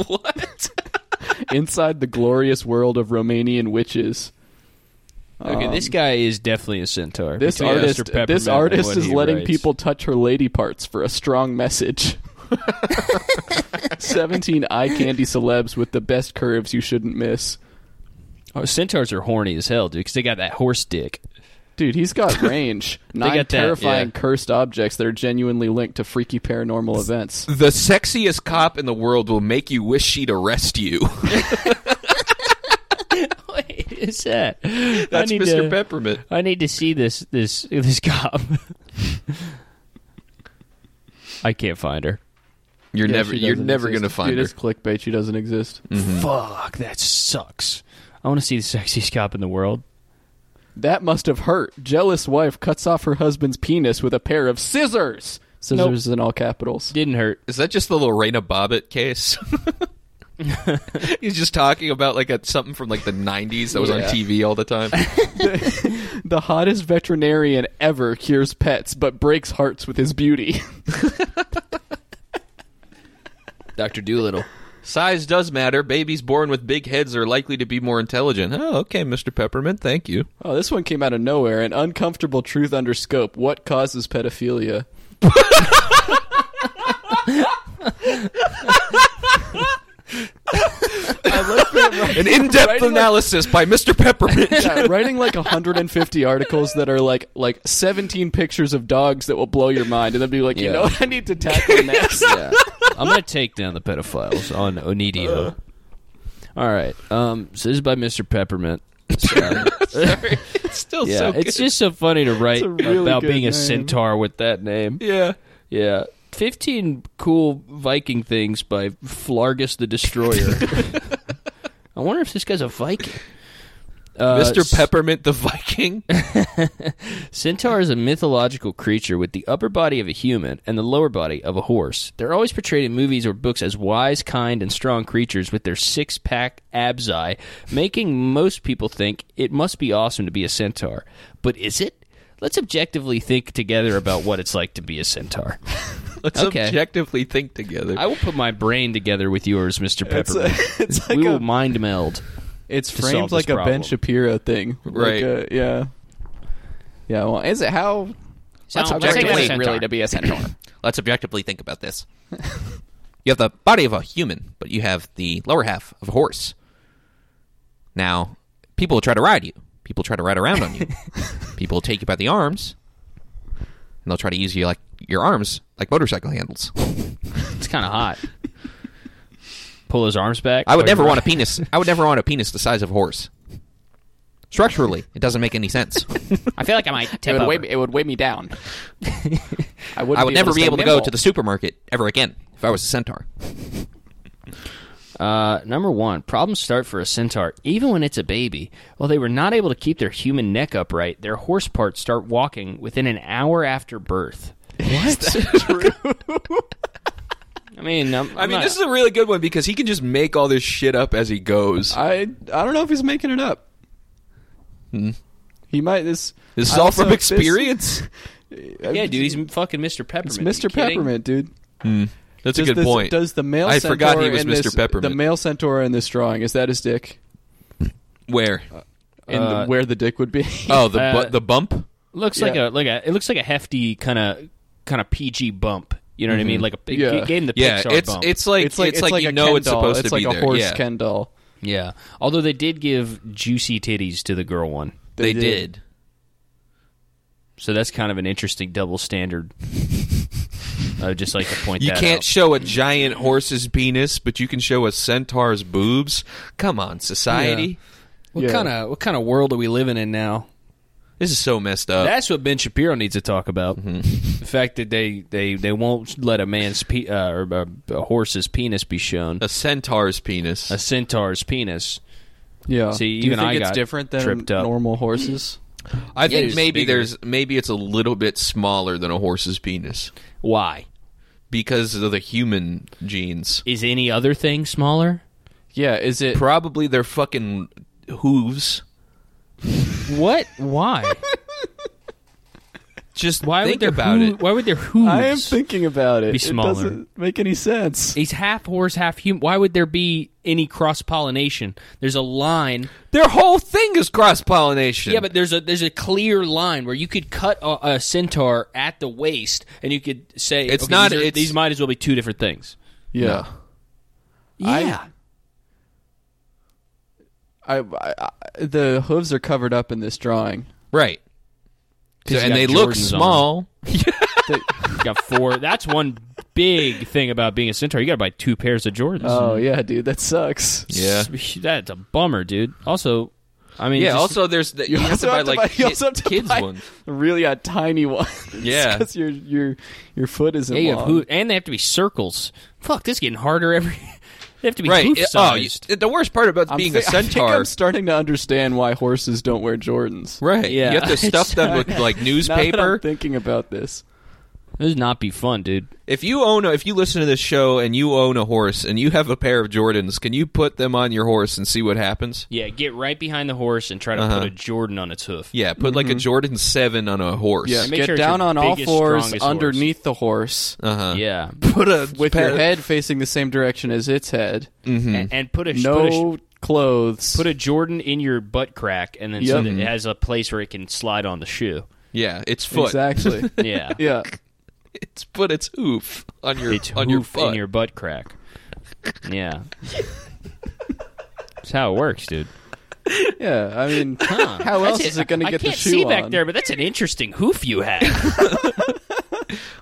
Speaker 4: what?
Speaker 5: [LAUGHS] inside the glorious world of Romanian witches.
Speaker 3: Okay, this guy is definitely a centaur.
Speaker 5: This
Speaker 3: Between
Speaker 5: artist,
Speaker 3: Mr. Peppermint
Speaker 5: this
Speaker 3: and
Speaker 5: artist
Speaker 3: what
Speaker 5: is
Speaker 3: he
Speaker 5: letting
Speaker 3: writes.
Speaker 5: people touch her lady parts for a strong message. 17 eye candy celebs with the best curves you shouldn't miss.
Speaker 3: Oh, centaurs are horny as hell, dude, because they got that horse dick.
Speaker 5: Dude, he's got range. Nine
Speaker 3: got that,
Speaker 5: terrifying
Speaker 3: yeah.
Speaker 5: cursed objects that are genuinely linked to freaky paranormal events.
Speaker 4: The sexiest cop in the world will make you wish she'd arrest you.
Speaker 3: What is that?
Speaker 4: That's
Speaker 3: [LAUGHS] I need
Speaker 4: Mr.
Speaker 3: To,
Speaker 4: Peppermint.
Speaker 3: I need to see this this this cop. [LAUGHS] I can't find her.
Speaker 4: You're
Speaker 5: Yeah,
Speaker 4: never
Speaker 5: she
Speaker 4: you're
Speaker 5: doesn't
Speaker 4: never
Speaker 5: exist.
Speaker 4: gonna find
Speaker 5: Dude,
Speaker 4: her.
Speaker 5: It's clickbait. She doesn't exist.
Speaker 3: Fuck, that sucks. I want to see the sexiest cop in the world.
Speaker 5: That must have hurt. Jealous wife cuts off her husband's penis with a pair of scissors. Scissors is in all capitals.
Speaker 3: Didn't hurt.
Speaker 4: Is that just the Lorena Bobbitt [LAUGHS] case? He's just talking about like a, something from like the '90s that was on
Speaker 5: Yeah.
Speaker 4: TV all the time.
Speaker 5: The hottest veterinarian ever cures pets but breaks hearts with his beauty. [LAUGHS]
Speaker 3: Doctor Doolittle.
Speaker 4: [LAUGHS] Size does matter. Babies born with big heads are likely to be more intelligent. Oh, okay, Mr. Peppermint. Thank you.
Speaker 5: oh, this one came out of nowhere. An uncomfortable truth under scope. What causes pedophilia?
Speaker 4: An in-depth analysis by Mr. [LAUGHS] Peppermint.
Speaker 5: Yeah, Uh, writing like 150 [LAUGHS] articles that are like like 17 pictures of dogs that will blow your mind, and then be like, you
Speaker 3: Yeah.
Speaker 5: know what I need
Speaker 3: [LAUGHS]
Speaker 5: to tackle next.
Speaker 3: I'm gonna take down the pedophiles on Onidio. All right. Um. So this is by Mr. [LAUGHS] Peppermint. Sorry.
Speaker 4: it's still
Speaker 3: yeah.
Speaker 4: so good.
Speaker 3: it's just so funny to write
Speaker 5: a really
Speaker 3: about
Speaker 5: good
Speaker 3: being
Speaker 5: name.
Speaker 3: a centaur with that name.
Speaker 4: yeah.
Speaker 3: Yeah. 15 cool Viking things by Flargus the [LAUGHS] Destroyer. I wonder if this guy's a Viking. Uh,
Speaker 4: Mr. Peppermint the Viking. [LAUGHS]
Speaker 3: Centaur is a mythological creature with the upper body of a human and the lower body of a horse. They're always portrayed in movies or books as wise, kind, and strong creatures with their six pack absci, making most people think it must be awesome to be a centaur. But is it? Let's objectively think together about what it's like to be a centaur.
Speaker 4: Let's
Speaker 3: Okay.
Speaker 4: objectively think together.
Speaker 3: I will put my brain together with yours, Mr. Peppermint.
Speaker 5: [LAUGHS] it's
Speaker 3: we will mind meld.
Speaker 5: it's
Speaker 3: to
Speaker 5: framed
Speaker 3: solve this
Speaker 5: like a Ben
Speaker 3: problem.
Speaker 5: Shapiro thing, Like,
Speaker 4: Right.
Speaker 5: uh, yeah, yeah. Well, is it how?
Speaker 6: So,
Speaker 5: how
Speaker 6: let's
Speaker 5: great
Speaker 6: take a
Speaker 5: is it
Speaker 6: centaur.
Speaker 5: really to be a centaur?
Speaker 4: Let's objectively think about this. you have the body of a human, but you have the lower half of a horse. Now, people try to ride you. People try to ride around on [LAUGHS] you. people take you by the arms, and they'll try to use you like your arms like motorcycle handles.
Speaker 3: It's kind of hot. Pull his arms back.
Speaker 4: I would never want a penis. I would never want a penis the size of a horse. Structurally, it doesn't make any [LAUGHS] sense.
Speaker 6: I feel like I might
Speaker 5: It
Speaker 6: tip
Speaker 5: would,
Speaker 6: over.
Speaker 5: weigh me, it would weigh
Speaker 4: [LAUGHS]
Speaker 5: me down. I, wouldn't
Speaker 4: I would never be
Speaker 5: stay
Speaker 4: able to go
Speaker 5: nimble.
Speaker 4: to the supermarket ever again if I was a centaur.
Speaker 3: Uh, number one, problems start for a centaur even when it's a baby. While they were not able to keep their human neck upright, their horse parts start walking within an hour after birth. What? I mean, um, I'm, I'm
Speaker 4: I mean,
Speaker 3: not-
Speaker 4: this is a really good one because he can just make all this shit up as he goes.
Speaker 5: I I don't know if he's making it up. He might. This
Speaker 4: This Hmm. is
Speaker 5: I
Speaker 4: all
Speaker 5: also-
Speaker 4: from experience.
Speaker 3: yeah, dude, he's fucking Mr. Peppermint.
Speaker 5: It's
Speaker 3: Are you
Speaker 5: Mr.
Speaker 3: kidding?
Speaker 5: Peppermint, dude.
Speaker 4: That's
Speaker 5: does this- Does the male
Speaker 4: I
Speaker 5: centaur
Speaker 4: forgot he was
Speaker 5: in
Speaker 4: Mr.
Speaker 5: This,
Speaker 4: Peppermint.
Speaker 5: The male centaur in this drawing is that his dick?
Speaker 4: Where?
Speaker 5: and
Speaker 3: Uh,
Speaker 5: where the dick would be. [LAUGHS]
Speaker 4: Oh, the bu-
Speaker 3: Uh,
Speaker 4: the bump.
Speaker 3: Looks like a like a it looks like a hefty kind of kind of PG bump. You know what I mean? Like a it
Speaker 5: Yeah.
Speaker 3: gave him the
Speaker 4: Mm-hmm. Yeah,
Speaker 3: Pixar
Speaker 4: it's
Speaker 3: bump.
Speaker 4: it's like it's like, you
Speaker 5: a
Speaker 4: know
Speaker 5: Ken
Speaker 4: it's
Speaker 5: doll.
Speaker 4: supposed
Speaker 5: it's
Speaker 4: to be
Speaker 5: like a
Speaker 4: there.
Speaker 5: horse
Speaker 4: yeah.
Speaker 5: Ken doll.
Speaker 3: yeah. Although they did give juicy titties to the girl one,
Speaker 4: they,
Speaker 5: They
Speaker 4: did.
Speaker 5: did.
Speaker 3: so that's kind of an interesting double standard.
Speaker 4: [LAUGHS]
Speaker 3: I would just like to point
Speaker 4: You
Speaker 3: that
Speaker 4: can't
Speaker 3: out.
Speaker 4: show a giant horse's penis, but you can show a centaur's boobs. Come on, society.
Speaker 3: what
Speaker 5: Yeah.
Speaker 3: kind of what kind of world are we living in now?
Speaker 4: This is so messed up.
Speaker 3: That's what Ben Shapiro needs to talk about.
Speaker 4: Mm-hmm.
Speaker 3: The fact that they, they, they won't let a man's pe- uh, or a, a horse's penis be shown,
Speaker 4: a centaur's penis.
Speaker 3: a centaur's penis.
Speaker 5: Yeah.
Speaker 3: See,
Speaker 5: Do you
Speaker 3: even
Speaker 5: think
Speaker 3: I
Speaker 5: it's
Speaker 3: got
Speaker 5: different than
Speaker 3: tripped up.
Speaker 4: [LAUGHS]
Speaker 5: normal horses?
Speaker 4: I think
Speaker 3: it's
Speaker 4: maybe
Speaker 3: bigger.
Speaker 4: there's maybe it's a little bit smaller than a horse's penis
Speaker 3: Why
Speaker 4: because of the human genes.
Speaker 3: is any other thing smaller?
Speaker 5: Yeah. Is it?
Speaker 4: Probably their fucking hooves.
Speaker 3: What? Why?
Speaker 4: [LAUGHS] Just
Speaker 3: Why
Speaker 4: think
Speaker 3: would their
Speaker 4: about
Speaker 3: hoo-
Speaker 4: it.
Speaker 3: Why would their hooves?
Speaker 5: I am thinking about it.
Speaker 3: Be
Speaker 5: It
Speaker 3: smaller.
Speaker 5: doesn't make any sense.
Speaker 3: He's half horse, half human. Why would there be any cross pollination? There's a line.
Speaker 4: Their whole thing is cross pollination.
Speaker 3: Yeah, but there's a there's a clear line where you could cut a, a centaur at the waist, and you could say
Speaker 4: It's
Speaker 3: okay,
Speaker 4: not-
Speaker 3: These, are-
Speaker 4: it's-
Speaker 3: these might as well be two different things.
Speaker 5: Yeah. I- I, I, I the hooves are covered up in this drawing.
Speaker 4: right. So,
Speaker 3: he's
Speaker 4: and
Speaker 3: got
Speaker 4: they look
Speaker 3: Jordans on.
Speaker 4: small.
Speaker 5: [LAUGHS]
Speaker 3: You got four. [LAUGHS] That's one big thing about being a centaur. You got to buy two pairs of Jordans.
Speaker 5: Oh yeah, dude, that sucks.
Speaker 4: Yeah.
Speaker 3: [LAUGHS] that's a bummer, dude. Also, I mean,
Speaker 4: Yeah.
Speaker 3: just-
Speaker 4: also, there's the, you, have to buy like
Speaker 5: [LAUGHS]
Speaker 4: ki-
Speaker 5: you also have to
Speaker 4: kids
Speaker 5: buy [LAUGHS]
Speaker 4: ones.
Speaker 5: really a tiny [LAUGHS] one.
Speaker 4: Yeah.
Speaker 5: because your your your foot isn't
Speaker 3: yeah, you have
Speaker 5: long.
Speaker 3: hoo- and they have to be circles. Fuck, this is getting harder every. [LAUGHS] they have to be
Speaker 4: Right.
Speaker 3: hoof
Speaker 4: It- oh, you-
Speaker 3: sized.
Speaker 4: the worst part about
Speaker 5: I'm
Speaker 4: being
Speaker 5: thi-
Speaker 4: a
Speaker 5: [LAUGHS] I think
Speaker 4: centaur.
Speaker 5: I'm starting to understand why horses don't wear Jordans.
Speaker 4: Right.
Speaker 3: Yeah.
Speaker 4: You have to stuff them with like
Speaker 5: Now that I'm
Speaker 4: newspaper.
Speaker 5: thinking about this.
Speaker 3: this would not be fun, dude.
Speaker 4: If you own a, if you listen to this show and you own a horse and you have a pair of Jordans, can you put them on your horse and see what happens?
Speaker 3: Yeah, get right behind the horse and try to put a Jordan on its hoof.
Speaker 4: Yeah, put like a Jordan 7 on a horse.
Speaker 5: Yeah,
Speaker 3: make
Speaker 5: get
Speaker 3: sure it's
Speaker 5: down
Speaker 3: your
Speaker 5: on all
Speaker 3: biggest,
Speaker 5: fours
Speaker 3: strongest horse.
Speaker 5: underneath the horse
Speaker 4: Uh-huh.
Speaker 3: [LAUGHS] Yeah,
Speaker 4: Put a
Speaker 5: with
Speaker 4: pair-
Speaker 5: your head facing the same direction as its head.
Speaker 3: and, and put a put a,
Speaker 5: No clothes.
Speaker 3: put a Jordan in your butt crack, and then so
Speaker 5: Yep.
Speaker 3: that it has a place where it can slide on the shoe.
Speaker 4: Yeah, its foot.
Speaker 5: exactly.
Speaker 3: [LAUGHS] Yeah,
Speaker 5: yeah.
Speaker 4: It's put its hoof on your
Speaker 3: it's
Speaker 4: on your
Speaker 3: hoof in
Speaker 4: butt.
Speaker 3: your butt crack. Yeah, that's how it works, dude.
Speaker 5: Yeah, I mean, how else is it going to
Speaker 3: I
Speaker 5: get
Speaker 3: can't
Speaker 5: the shoe
Speaker 3: see
Speaker 5: on?
Speaker 3: back there, but that's an interesting hoof you have.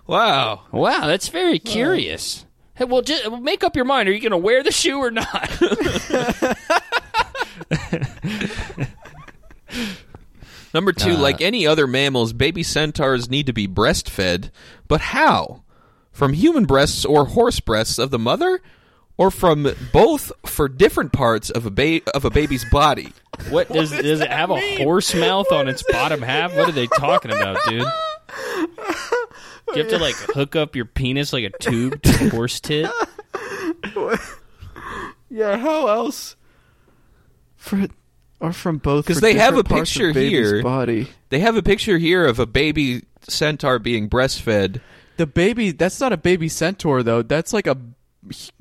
Speaker 4: Wow.
Speaker 3: wow, that's very curious. Hey, well, just make up your mind. Are you going to wear the shoe or not?
Speaker 4: Number 2,
Speaker 5: Uh.
Speaker 4: like any other mammals, baby centaurs need to be breastfed, but how? From human breasts or horse breasts of the mother? Or from both for different parts of a ba- of a baby's body.
Speaker 3: [LAUGHS] What does does it have a horse mouth on its bottom half? What are they talking about, dude? [LAUGHS] Do you have to like hook up your penis like a tube to a horse tit?
Speaker 5: Yeah, how else? For or from both
Speaker 4: 'Cause
Speaker 5: for
Speaker 4: they have
Speaker 5: different
Speaker 4: a
Speaker 5: parts of
Speaker 4: picture
Speaker 5: baby's
Speaker 4: here.
Speaker 5: Body.
Speaker 4: They have a picture here of a baby centaur being breastfed.
Speaker 5: The baby. That's not a baby centaur though. That's like a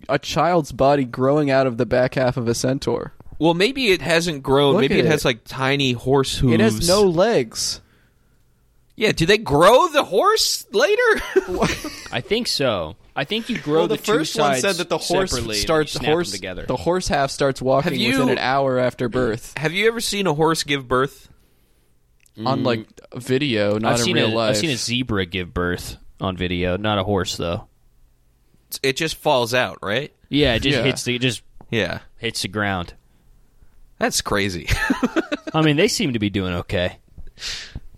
Speaker 5: a child's body growing out of the back half of a centaur.
Speaker 4: Well, maybe it hasn't grown.
Speaker 5: Look
Speaker 4: maybe it,
Speaker 5: at
Speaker 4: has
Speaker 5: it.
Speaker 4: like tiny horse hooves.
Speaker 5: It has no legs.
Speaker 4: Yeah, do they grow the horse later? [LAUGHS]
Speaker 3: I think so. I think you grow
Speaker 5: well, the,
Speaker 3: the, two
Speaker 5: first one
Speaker 3: sides
Speaker 5: said that the horse
Speaker 3: separately and
Speaker 5: starts
Speaker 3: you snap
Speaker 5: horse
Speaker 3: them together.
Speaker 5: The horse half starts walking
Speaker 4: Have you-
Speaker 5: within an hour after birth
Speaker 4: Have you ever seen a horse give birth?
Speaker 5: on like video,
Speaker 3: Mm.
Speaker 5: not
Speaker 3: I've
Speaker 5: in
Speaker 3: seen
Speaker 5: real
Speaker 3: a,
Speaker 5: life.
Speaker 3: have seen a zebra give birth on video, not a horse though.
Speaker 4: It just falls out, right?
Speaker 3: Yeah, it just
Speaker 5: Yeah.
Speaker 3: hits the it just
Speaker 4: Yeah,
Speaker 3: hits the ground.
Speaker 4: that's crazy. [LAUGHS]
Speaker 3: I mean, they seem to be doing okay.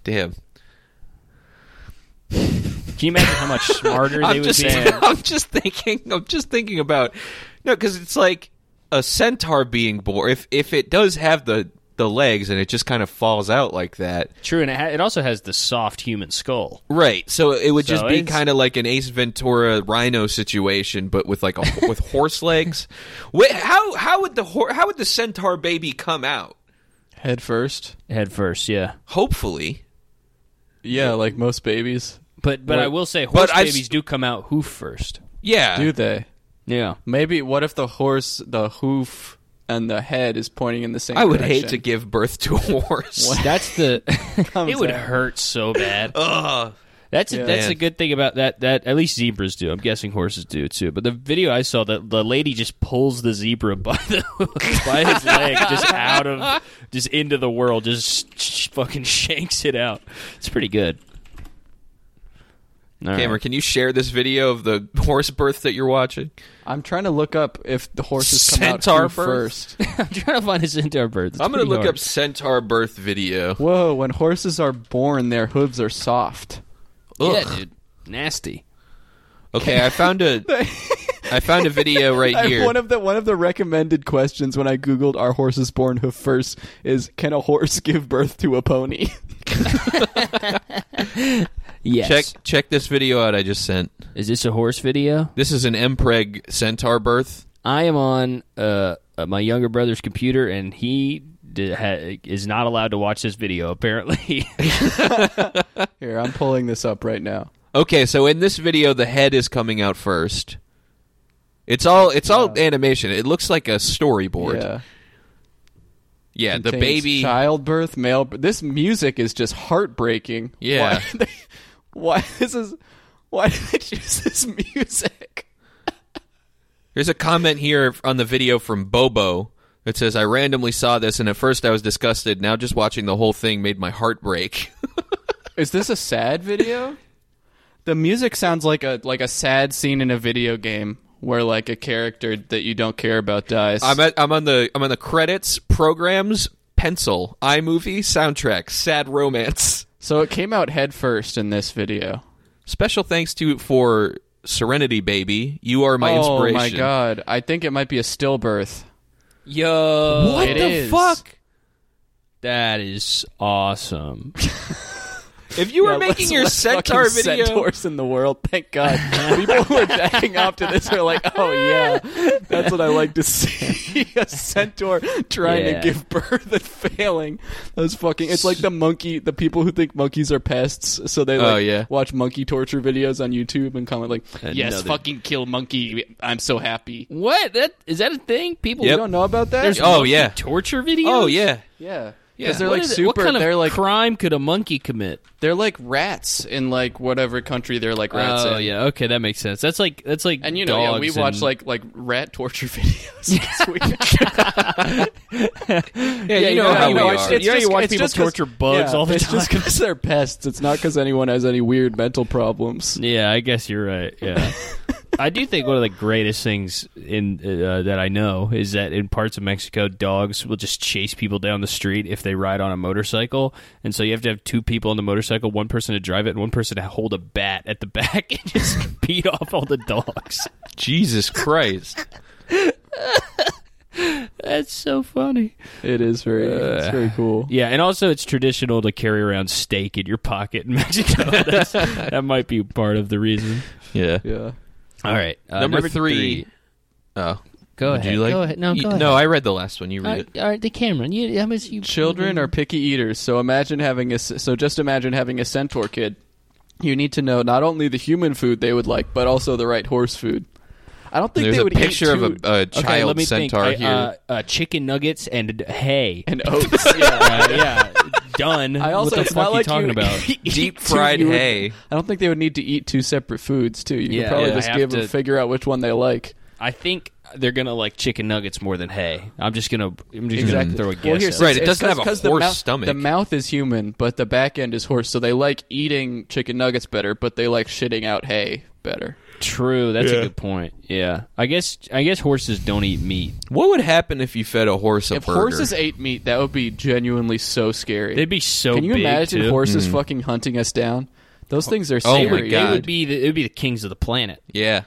Speaker 4: Damn.
Speaker 3: Can you imagine how
Speaker 5: [LAUGHS]
Speaker 3: much smarter they
Speaker 4: I'm
Speaker 3: would
Speaker 4: just,
Speaker 3: be?
Speaker 4: [LAUGHS] I'm just thinking. I'm just thinking about no, because it's like a centaur being born. If if it does have the the legs and it just kind of falls out like that,
Speaker 3: True, and it, ha- it also has the soft human skull.
Speaker 4: Right. So it would just
Speaker 3: So
Speaker 4: be
Speaker 3: it's-
Speaker 4: kind of like an Ace Ventura Rhino situation, but with like a [LAUGHS] with horse legs. Wait, how how would the hor- how would the centaur baby come out?
Speaker 5: Head first.
Speaker 3: Head first, yeah.
Speaker 4: Hopefully,
Speaker 5: Yeah, like most babies
Speaker 3: But but I will say horse
Speaker 4: But I've
Speaker 3: babies
Speaker 4: s-
Speaker 3: do come out hoof first.
Speaker 4: yeah.
Speaker 5: do. They
Speaker 3: Yeah.
Speaker 5: maybe. What if the horse, the hoof and the head is pointing in the same.
Speaker 4: I would hate to
Speaker 5: direction.
Speaker 4: give birth to a horse.
Speaker 3: That's the.
Speaker 5: [LAUGHS]
Speaker 3: it would
Speaker 5: out.
Speaker 3: hurt so [LAUGHS] bad. That's a, that's
Speaker 4: Yeah.
Speaker 3: a good thing about that. That at least zebras do. I'm guessing horses do too. But the video I saw, that the lady just pulls the zebra by the [LAUGHS] by his leg, just out of, just into the world, just sh- fucking shanks it out. It's pretty good. All right.
Speaker 4: Cameron, can you share this video of the horse birth that you're watching?
Speaker 5: I'm trying to look up if the horses come out
Speaker 4: Centaur
Speaker 5: who
Speaker 4: birth?
Speaker 5: first.
Speaker 3: [LAUGHS] I'm trying to find a centaur bird. It's
Speaker 4: I'm going to
Speaker 3: pretty
Speaker 4: look
Speaker 3: hard.
Speaker 4: up centaur birth video.
Speaker 5: Whoa! When horses are born, their hooves are soft.
Speaker 3: Yeah, dude, nasty.
Speaker 4: Okay, I found
Speaker 5: [LAUGHS]
Speaker 4: a I found a video right
Speaker 5: I-
Speaker 4: here.
Speaker 5: One of the one of the recommended questions when I googled "Are horses born hoof first is "Can a horse [LAUGHS] give birth to a pony?"
Speaker 3: Yes.
Speaker 4: check check this video out I just sent.
Speaker 3: Is this a horse video?
Speaker 4: This is an Mpreg centaur birth.
Speaker 3: I am on uh, uh, my younger brother's computer, and he d- ha- is not allowed to watch this video. Apparently, [LAUGHS]
Speaker 5: Here, I'm pulling this up right now.
Speaker 4: Okay, so in this video the head is coming out first. It's all it's all animation. It looks like a storyboard.
Speaker 5: Yeah,
Speaker 4: Yeah, the
Speaker 5: Contains
Speaker 4: baby
Speaker 5: childbirth, male. This music is just heartbreaking.
Speaker 4: Yeah.
Speaker 5: why, [LAUGHS] they, why this is why did they choose this music?
Speaker 4: There's a comment here on the video from Bobo that says, I randomly saw this and at first I was disgusted. Now just watching the whole thing made my heart break. [LAUGHS]
Speaker 5: Is this a sad video? The music sounds like a like a sad scene in a video game where like a character that you don't care about dies.
Speaker 4: I'm at, I'm on the I'm on the credits, programs, pencil, iMovie, soundtrack, sad romance.
Speaker 5: so it came out head first in this video.
Speaker 4: Special thanks to for Serenity Baby. You are my
Speaker 5: oh
Speaker 4: inspiration.
Speaker 5: my god! I think it might be a stillbirth.
Speaker 3: yo,
Speaker 4: What
Speaker 5: It
Speaker 4: the
Speaker 5: is.
Speaker 4: fuck?
Speaker 3: That is awesome.
Speaker 4: If you were
Speaker 5: Yeah,
Speaker 4: making
Speaker 5: less-
Speaker 4: your
Speaker 5: less fucking
Speaker 4: centaur video
Speaker 5: centaurs in the world. Thank God, people who are backing off to this are like, "Oh yeah, that's what I like to see." [LAUGHS] a centaur trying
Speaker 3: Yeah.
Speaker 5: to give birth and failing. Those fucking. It's like the monkey. The people who think monkeys are pests, so they like
Speaker 4: Oh, yeah.
Speaker 5: watch monkey torture videos on YouTube and comment like, "Yes,
Speaker 3: Another-
Speaker 5: fucking kill monkey. I'm so happy."
Speaker 3: What? That is that a thing? People
Speaker 4: Yep.
Speaker 5: You don't know about that?
Speaker 3: There's
Speaker 4: Oh
Speaker 3: monkey
Speaker 4: yeah.
Speaker 3: torture videos.
Speaker 4: Oh yeah.
Speaker 5: yeah.
Speaker 4: Yeah.
Speaker 5: Because they're
Speaker 3: What
Speaker 5: like
Speaker 3: is it-
Speaker 5: super.
Speaker 3: What kind of
Speaker 5: they're like
Speaker 3: crime could a monkey commit?
Speaker 5: they're like rats in like whatever country they're like rats
Speaker 3: oh
Speaker 5: in.
Speaker 3: yeah, okay, that makes sense. That's like that's like
Speaker 5: And you know, yeah, we
Speaker 3: dogs
Speaker 5: watch
Speaker 3: and-
Speaker 5: like like rat torture [LAUGHS] videos. It's weird.
Speaker 3: [LAUGHS]
Speaker 4: Yeah, you know how we are.
Speaker 3: You know you watch people torture bugs all the
Speaker 5: it's
Speaker 3: time.
Speaker 5: just because they're pests. It's not because anyone has any weird mental problems.
Speaker 3: Yeah, I guess you're right. [LAUGHS] Yeah. I do think one of the greatest things in uh, that I know is that in parts of Mexico, dogs will just chase people down the street if they ride on a motorcycle, and so you have to have two people on the motorcycle, one person to drive it, and one person to hold a bat at the [LAUGHS] back and just [LAUGHS] beat off all the dogs.
Speaker 4: Jesus Christ.
Speaker 3: That's so funny.
Speaker 5: It is very, it's very cool.
Speaker 3: Yeah, and also it's traditional to carry around steak in your pocket in [LAUGHS] Mexico. That's, that might be part of the reason.
Speaker 4: Yeah.
Speaker 5: Yeah,
Speaker 3: All right, uh,
Speaker 4: number, three. Oh.
Speaker 3: Go
Speaker 4: Would
Speaker 3: ahead.
Speaker 4: you like-
Speaker 6: Go ahead. No,
Speaker 4: You-
Speaker 6: go ahead.
Speaker 4: No, I read the last one. You read
Speaker 6: All right,
Speaker 4: it.
Speaker 6: Uh, all right, the Cameron. You, how much you
Speaker 5: children are picky eaters. So imagine having a c- so just imagine having a centaur kid. You need to know not only the human food they would like, but also the right horse food. I don't think
Speaker 4: There's
Speaker 5: they
Speaker 4: a
Speaker 5: would
Speaker 4: picture
Speaker 5: eat
Speaker 4: of
Speaker 5: two-
Speaker 4: a, a child
Speaker 3: okay, let me
Speaker 4: centaur
Speaker 3: think.
Speaker 4: here.
Speaker 3: I- uh, uh, chicken nuggets and hay.
Speaker 5: and oats. yeah.
Speaker 3: Uh, [LAUGHS] yeah, done.
Speaker 5: I also
Speaker 3: what the
Speaker 5: it's
Speaker 3: fuck
Speaker 5: not
Speaker 3: you
Speaker 5: like
Speaker 3: talking
Speaker 5: you [LAUGHS]
Speaker 3: about?
Speaker 5: eat
Speaker 4: Deep
Speaker 5: two-
Speaker 4: fried
Speaker 5: you would-
Speaker 4: hay.
Speaker 5: I don't think they would need to eat two separate foods too. You
Speaker 3: Yeah,
Speaker 5: could probably
Speaker 3: yeah. I
Speaker 5: just
Speaker 3: have
Speaker 5: give
Speaker 3: to-
Speaker 5: them figure out which one they like.
Speaker 3: I think they're gonna like chicken nuggets more than hay. I'm just gonna I'm just
Speaker 5: Exactly.
Speaker 3: gonna throw a guess.
Speaker 5: Well, here's
Speaker 3: out.
Speaker 4: Right, it
Speaker 5: it's
Speaker 4: doesn't
Speaker 5: 'cause-
Speaker 4: have a
Speaker 5: 'cause the
Speaker 4: horse
Speaker 5: mouth,
Speaker 4: stomach.
Speaker 5: The mouth is human, but the back end is horse, so they like eating chicken nuggets better, but they like shitting out hay better.
Speaker 3: True. That's a good point. Yeah. I guess I guess horses don't eat meat.
Speaker 4: What would happen if you fed a horse a
Speaker 5: If
Speaker 4: burger?
Speaker 5: horses ate meat, that would be genuinely so scary.
Speaker 3: They'd be so.
Speaker 5: Can you
Speaker 3: big,
Speaker 5: imagine
Speaker 3: too.
Speaker 4: Mm.
Speaker 5: horses fucking hunting us down? Those things are
Speaker 4: Oh my
Speaker 5: scary.
Speaker 3: They
Speaker 4: God.
Speaker 3: would be the, it would be the kings of the planet,
Speaker 4: yeah.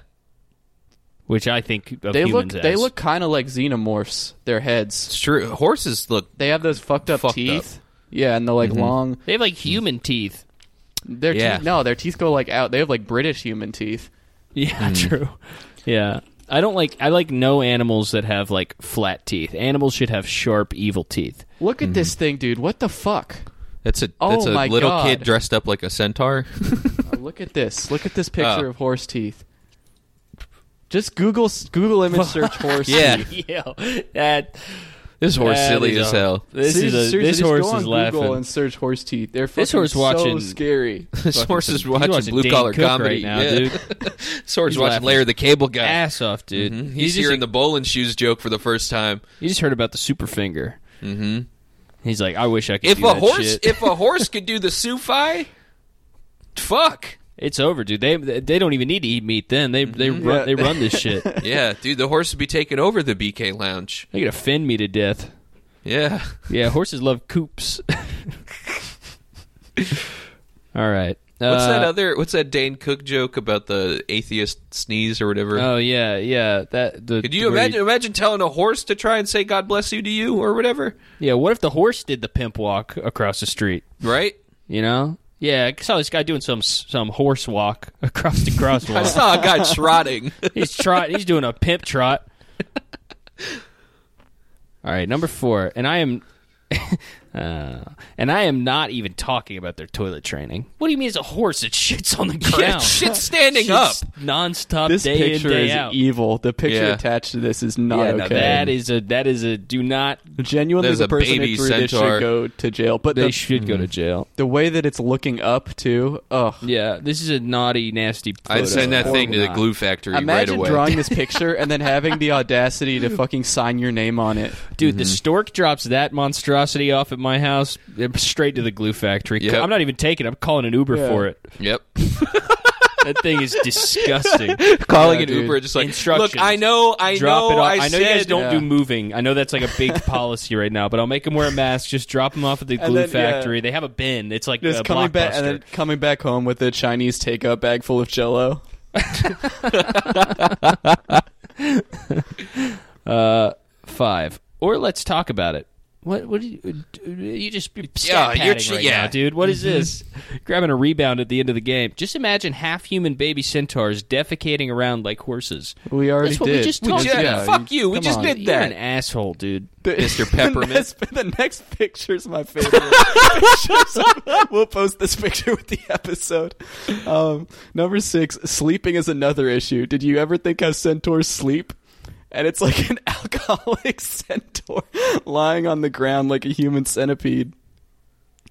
Speaker 3: which I think of
Speaker 5: They look
Speaker 3: humans
Speaker 5: they
Speaker 3: as.
Speaker 5: look kind of like xenomorphs. Their heads.
Speaker 4: It's true. Horses look.
Speaker 5: They have those fucked up
Speaker 4: Fucked up.
Speaker 5: teeth. Yeah, and the like
Speaker 3: Mm-hmm.
Speaker 5: long
Speaker 3: They have like human teeth.
Speaker 5: Their
Speaker 4: Yeah.
Speaker 5: teeth, no, their teeth go like out. They have like British human teeth.
Speaker 3: Yeah, [LAUGHS] true. Yeah. I don't like I like no animals that have like flat teeth. Animals should have sharp
Speaker 4: [LAUGHS]
Speaker 3: evil teeth.
Speaker 5: Look at this thing, dude. What the fuck?
Speaker 4: That's a
Speaker 5: Oh
Speaker 4: that's a
Speaker 5: my
Speaker 4: little
Speaker 5: God.
Speaker 4: kid dressed up like a centaur. [LAUGHS]
Speaker 5: Uh, Look at this. Look at this picture
Speaker 4: Oh.
Speaker 5: of horse teeth. Just Google Google image [LAUGHS] search horse.
Speaker 4: Yeah.
Speaker 3: Yo, that
Speaker 4: This horse
Speaker 3: that
Speaker 4: silly
Speaker 3: is
Speaker 4: as
Speaker 3: a-
Speaker 4: hell.
Speaker 3: This
Speaker 5: Seriously,
Speaker 3: is a,
Speaker 5: seriously,
Speaker 3: this
Speaker 5: just
Speaker 3: horse
Speaker 5: go on
Speaker 3: is
Speaker 5: Google
Speaker 3: laughing.
Speaker 5: and search horse teeth. They're
Speaker 3: This
Speaker 5: fucking
Speaker 3: horse
Speaker 5: so
Speaker 3: watching- [LAUGHS]
Speaker 5: scary.
Speaker 4: [LAUGHS] This horse is
Speaker 3: He's
Speaker 4: watching, blue collar
Speaker 3: Dane Cook
Speaker 4: comedy
Speaker 3: right now,
Speaker 4: yeah.
Speaker 3: dude.
Speaker 4: [LAUGHS] This horse
Speaker 3: He's
Speaker 4: is watching
Speaker 3: laughing.
Speaker 4: Larry the Cable Guy.
Speaker 3: Ass off, dude.
Speaker 4: He's,
Speaker 3: You just-
Speaker 4: hearing the bowling shoes joke for the first time.
Speaker 3: You Mm-hmm. just heard about the super finger. Mm-hmm. He's like, I wish I could.
Speaker 4: If
Speaker 3: do
Speaker 4: a
Speaker 3: that
Speaker 4: horse,
Speaker 3: shit."
Speaker 4: if a horse could do the sufi, fuck
Speaker 3: it's over, dude. They they don't even need to eat meat. Then they they
Speaker 4: Mm-hmm.
Speaker 3: run
Speaker 5: Yeah.
Speaker 3: they
Speaker 4: [LAUGHS]
Speaker 3: run this shit. They're
Speaker 4: yeah, dude, the horse would be taking over the BK Lounge.
Speaker 3: gonna fin me to death.
Speaker 4: Yeah,
Speaker 3: Yeah, horses
Speaker 4: [LAUGHS]
Speaker 3: love coops. [LAUGHS] All right.
Speaker 4: what's
Speaker 3: Uh,
Speaker 4: that other? What's that Dane Cook joke about the atheist sneeze or whatever?
Speaker 3: Oh yeah, yeah. That the.
Speaker 4: could you
Speaker 3: where
Speaker 4: imagine imagine telling a horse to try and say God bless you to you or whatever?
Speaker 3: Yeah. What if the horse did the pimp walk across the street?
Speaker 4: Right?
Speaker 3: You know? Yeah. I saw this guy doing some some horse walk [LAUGHS] across the
Speaker 4: I
Speaker 3: crosswalk.
Speaker 4: saw a guy [LAUGHS] trotting.
Speaker 3: He's trot. He's doing a pimp trot. All right, number four, and I am, [LAUGHS] uh, and I am not even talking about their toilet training. What do you mean? It's a horse that shits
Speaker 5: [LAUGHS]
Speaker 3: on the
Speaker 4: yeah,
Speaker 3: ground.
Speaker 4: shit, standing
Speaker 3: Shits
Speaker 4: up.
Speaker 3: nonstop,
Speaker 5: This
Speaker 3: day in
Speaker 5: picture
Speaker 3: day
Speaker 5: is
Speaker 3: out.
Speaker 5: evil. The picture
Speaker 4: Yeah.
Speaker 5: attached to this is not
Speaker 4: Yeah, no,
Speaker 5: okay.
Speaker 3: That is a that is a do not.
Speaker 5: Genuinely,
Speaker 4: There's
Speaker 5: the
Speaker 4: a
Speaker 5: person
Speaker 4: baby
Speaker 5: who threw this
Speaker 4: centaur.
Speaker 5: should go to jail. But
Speaker 3: They
Speaker 5: the,
Speaker 3: should go to jail.
Speaker 5: the way that it's looking up too. Ugh.
Speaker 3: Yeah, this is a naughty, nasty. Photo.
Speaker 4: I'd send that thing to the
Speaker 3: Not.
Speaker 4: glue factory right
Speaker 5: Imagine
Speaker 4: away.
Speaker 5: drawing [LAUGHS] this picture and then having the audacity to fucking sign your name on it.
Speaker 3: Dude,
Speaker 4: Mm-hmm.
Speaker 3: the stork drops that monstrosity off at my house eh, straight to the glue factory.
Speaker 4: Yep.
Speaker 3: I'm not even taking. it. I'm calling an Uber
Speaker 5: Yeah.
Speaker 3: for it. [LAUGHS]
Speaker 4: Yep.
Speaker 3: That thing [LAUGHS] is disgusting.
Speaker 4: Calling an
Speaker 5: dude.
Speaker 4: Uber, just like
Speaker 3: Instructions.
Speaker 4: look. I know. I
Speaker 3: drop
Speaker 4: know.
Speaker 3: it off. I,
Speaker 4: I,
Speaker 3: know you guys
Speaker 4: said-
Speaker 3: don't
Speaker 5: yeah.
Speaker 3: do moving. I know that's like a big [LAUGHS] policy right now, but I'll make them wear a mask. Just drop them off at the glue
Speaker 5: then, yeah.
Speaker 3: factory. They have a bin. It's like
Speaker 5: Just
Speaker 3: a
Speaker 5: coming back and
Speaker 3: blockbuster.
Speaker 5: then coming back home with a Chinese takeout bag full of Jello.
Speaker 3: uh, five. Or let's talk about it. What? What? Do you, uh, you just you're
Speaker 4: Yeah,
Speaker 3: stat
Speaker 4: you're
Speaker 3: padding
Speaker 4: ch-
Speaker 3: right
Speaker 4: yeah.
Speaker 3: now, dude. What is this? Mm-hmm. Grabbing a rebound at the end of the game. Just imagine half human baby centaurs defecating around like horses.
Speaker 5: We already
Speaker 3: That's what
Speaker 5: did.
Speaker 3: we just
Speaker 4: We
Speaker 3: talked
Speaker 4: just-
Speaker 3: about.
Speaker 5: yeah,
Speaker 4: fuck you. We
Speaker 5: come
Speaker 4: just
Speaker 5: on.
Speaker 4: did
Speaker 3: You're
Speaker 4: that.
Speaker 3: an asshole, dude.
Speaker 5: [LAUGHS]
Speaker 4: Mr. Peppermint.
Speaker 5: The next, [LAUGHS] the next picture's my favorite. [LAUGHS] Pictures. [LAUGHS] we'll post this picture with the episode. Um, number six, sleeping is another issue. Did you ever think how centaurs sleep? And it's like an [LAUGHS] alcoholic centaur lying on the ground like a human centipede.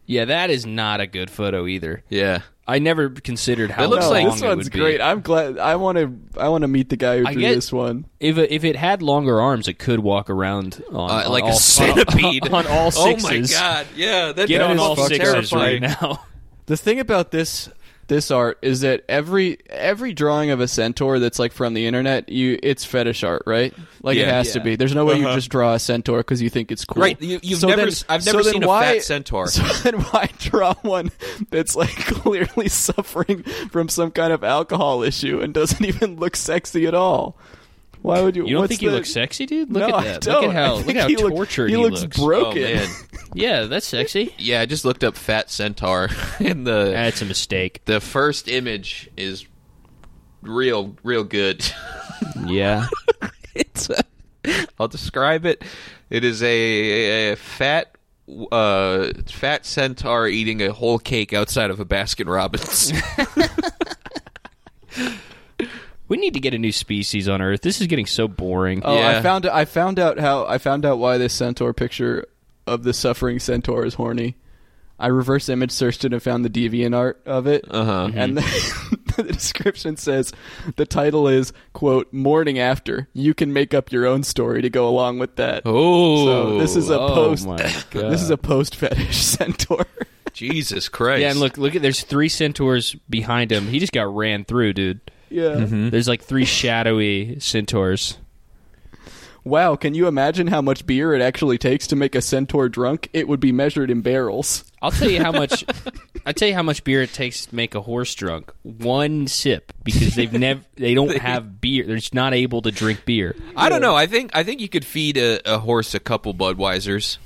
Speaker 3: Yeah, that is not a good photo either.
Speaker 4: Yeah.
Speaker 3: I never considered how
Speaker 4: It looks
Speaker 5: No,
Speaker 4: like-
Speaker 3: long
Speaker 5: this
Speaker 3: it
Speaker 5: one's
Speaker 3: would be.
Speaker 5: great. I'm glad. I want to. I want to meet the guy who
Speaker 3: I
Speaker 5: drew
Speaker 3: get-
Speaker 5: this one.
Speaker 3: If uh, if it had longer arms, it could walk around on,
Speaker 4: Uh,
Speaker 3: on
Speaker 4: like [LAUGHS]
Speaker 3: all,
Speaker 4: a centipede
Speaker 3: on, on all
Speaker 4: Oh
Speaker 3: sixes.
Speaker 4: my god! Yeah, that,
Speaker 3: Get
Speaker 4: that
Speaker 3: on
Speaker 4: is
Speaker 3: all
Speaker 4: fucking
Speaker 3: sixes
Speaker 4: terrifying. [LAUGHS]
Speaker 3: right now. [LAUGHS]
Speaker 5: The thing about this this art is that every every drawing of a centaur that's like from the internet, you it's fetish art, right? Like it
Speaker 4: Yeah.
Speaker 5: has to be. There's no way you just draw a centaur because you think it's cool,
Speaker 4: Right, you- you've never s- I've never
Speaker 5: then
Speaker 4: seen a
Speaker 5: why- [LAUGHS]
Speaker 4: fat centaur.
Speaker 5: So then why draw one that's like [LAUGHS] clearly suffering from some kind of alcohol issue and doesn't even look sexy at all? Why would you?
Speaker 3: You don't
Speaker 5: what's
Speaker 3: think he
Speaker 5: the-
Speaker 3: looks sexy, dude? Look
Speaker 5: no,
Speaker 3: at
Speaker 5: I
Speaker 3: that.
Speaker 5: don't.
Speaker 3: Look at how
Speaker 5: I
Speaker 3: look
Speaker 5: think
Speaker 3: how
Speaker 5: he looks-
Speaker 3: tortured
Speaker 5: he looks.
Speaker 4: Oh
Speaker 5: broken.
Speaker 4: man,
Speaker 3: yeah, that's sexy.
Speaker 4: yeah. I just looked up fat centaur, [LAUGHS] and the
Speaker 3: That's a mistake.
Speaker 4: the first image is real, real good.
Speaker 3: Yeah,
Speaker 4: it's a, I'll describe it. It is a, a fat uh fat centaur eating a whole cake outside of a Baskin
Speaker 3: [LAUGHS]
Speaker 4: Robbins.
Speaker 3: [LAUGHS] we need to get a new species on Earth. This is getting so boring.
Speaker 5: Oh,
Speaker 4: Yeah.
Speaker 5: I found I found out how I found out why this centaur picture of the suffering centaur is horny. I reverse image searched it and found the deviant art of it, uh-huh. and [LAUGHS] the, the description says the title is quote Morning After. You can make up your own story to go along with that. so
Speaker 4: oh,
Speaker 5: this is a
Speaker 3: oh
Speaker 5: post.
Speaker 3: my
Speaker 5: [LAUGHS] This is a post fetish [LAUGHS] centaur.
Speaker 4: Jesus Christ!
Speaker 3: yeah, and look, look at there's three centaurs behind him. He just got ran through, dude.
Speaker 5: yeah.
Speaker 3: There's like three shadowy centaurs.
Speaker 5: Wow. Can you imagine how much beer it actually takes to make a centaur drunk? It would be measured in barrels.
Speaker 3: I'll tell you how much. I tell you how much beer it takes to make a horse drunk. One sip because they've never. They don't
Speaker 4: [LAUGHS]
Speaker 3: have beer. They're just not able to drink beer.
Speaker 4: I don't know. I think I think you could feed a, a horse a couple Budweisers.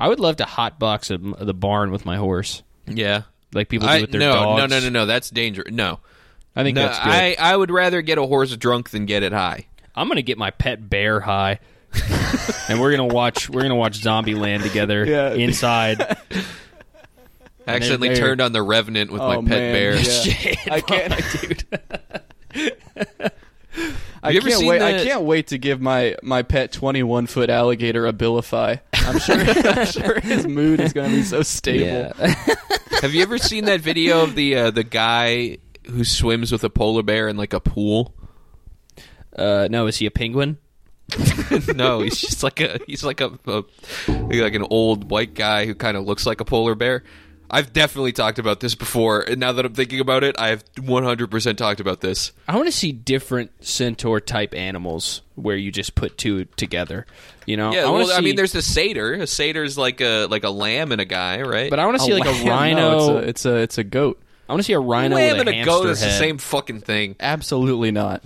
Speaker 3: I would love to hot box a, the barn with my horse,
Speaker 4: Yeah.
Speaker 3: like people do
Speaker 4: I,
Speaker 3: with their
Speaker 4: no,
Speaker 3: dogs.
Speaker 4: no, no, no, no. That's dangerous. No,
Speaker 3: I think
Speaker 4: no.
Speaker 3: that's good.
Speaker 4: I, I would rather get a horse drunk than get it high.
Speaker 3: I'm gonna get my pet bear high, and we're gonna watch. We're gonna watch Zombieland together
Speaker 5: Yeah.
Speaker 4: [LAUGHS]
Speaker 3: inside.
Speaker 4: I accidentally
Speaker 3: they're-
Speaker 4: turned on the Revenant with my [LAUGHS]
Speaker 5: Oh, [LAUGHS]
Speaker 4: pet
Speaker 5: man,
Speaker 4: bear. [LAUGHS]
Speaker 5: yeah. I can't, dude. I
Speaker 4: you ever
Speaker 5: can't
Speaker 4: seen
Speaker 5: wait. I
Speaker 4: the-
Speaker 5: can't wait to give my my pet twenty one foot alligator a billify. I'm sure. [LAUGHS] I'm sure his mood is going to be so stable.
Speaker 4: [LAUGHS] Have you ever seen that video of the uh, the guy who swims with a polar bear in like a pool?
Speaker 3: Uh, no, is he a penguin?
Speaker 4: [LAUGHS] no, he's just like a he's like a, a like an old white guy who kind of looks like a polar bear. I've definitely talked about this before, and now that I'm thinking about it, I've 100% talked about this.
Speaker 3: I want to see different centaur type animals where you just put two together. You know,
Speaker 4: Yeah,
Speaker 3: I
Speaker 4: well,
Speaker 3: want to see.
Speaker 4: I mean, there's the satyr. A satyr's like a like a lamb and a guy, right?
Speaker 3: but I want to see like
Speaker 5: lamb?
Speaker 4: [LAUGHS]
Speaker 3: a rhino.
Speaker 5: No, it's, a, it's a it's a goat.
Speaker 3: I want to see a
Speaker 4: a
Speaker 3: rhino
Speaker 4: lamb
Speaker 3: with
Speaker 4: and
Speaker 3: a,
Speaker 4: a
Speaker 3: hamster
Speaker 4: goat is the
Speaker 3: head.
Speaker 4: same fucking thing.
Speaker 5: Absolutely not.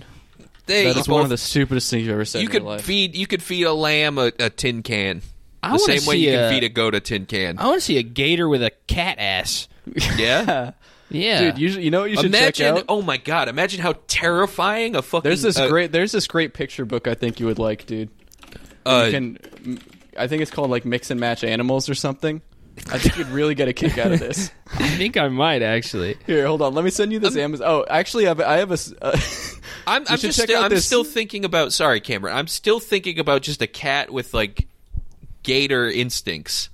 Speaker 4: They
Speaker 5: That
Speaker 4: eat
Speaker 5: is one of the
Speaker 4: both-
Speaker 5: stupidest things you've ever said.
Speaker 4: you
Speaker 5: in
Speaker 4: could
Speaker 5: your life.
Speaker 4: feed you could feed a lamb a, a tin can.
Speaker 3: I
Speaker 4: the
Speaker 3: wanna
Speaker 4: same way
Speaker 3: see
Speaker 4: you
Speaker 3: a- Oh,
Speaker 4: can feed a goat a tin can.
Speaker 3: I want to see a gator with a cat ass. [LAUGHS]
Speaker 4: yeah.
Speaker 3: Yeah,
Speaker 5: Dude, you, should- you know what you should check
Speaker 4: Imagine,
Speaker 5: out?
Speaker 4: oh my god! Imagine how terrifying a fucking.
Speaker 5: There's this
Speaker 4: uh,
Speaker 5: great there's this great picture book I think you would like, dude.
Speaker 4: uh,
Speaker 5: You can I think it's called like mix and match animals or something. I think you'd really get a kick out of this.
Speaker 3: I think I might actually.
Speaker 5: Here, hold on. Let me send you this Amazon. Oh, actually, I have, I have a. s- Uh, [LAUGHS]
Speaker 4: I'm, I'm
Speaker 5: should
Speaker 4: just
Speaker 5: check
Speaker 4: still,
Speaker 5: out
Speaker 4: I'm
Speaker 5: this-
Speaker 4: still thinking about. Sorry, Cameron. I'm still thinking about just a cat with like gator instincts.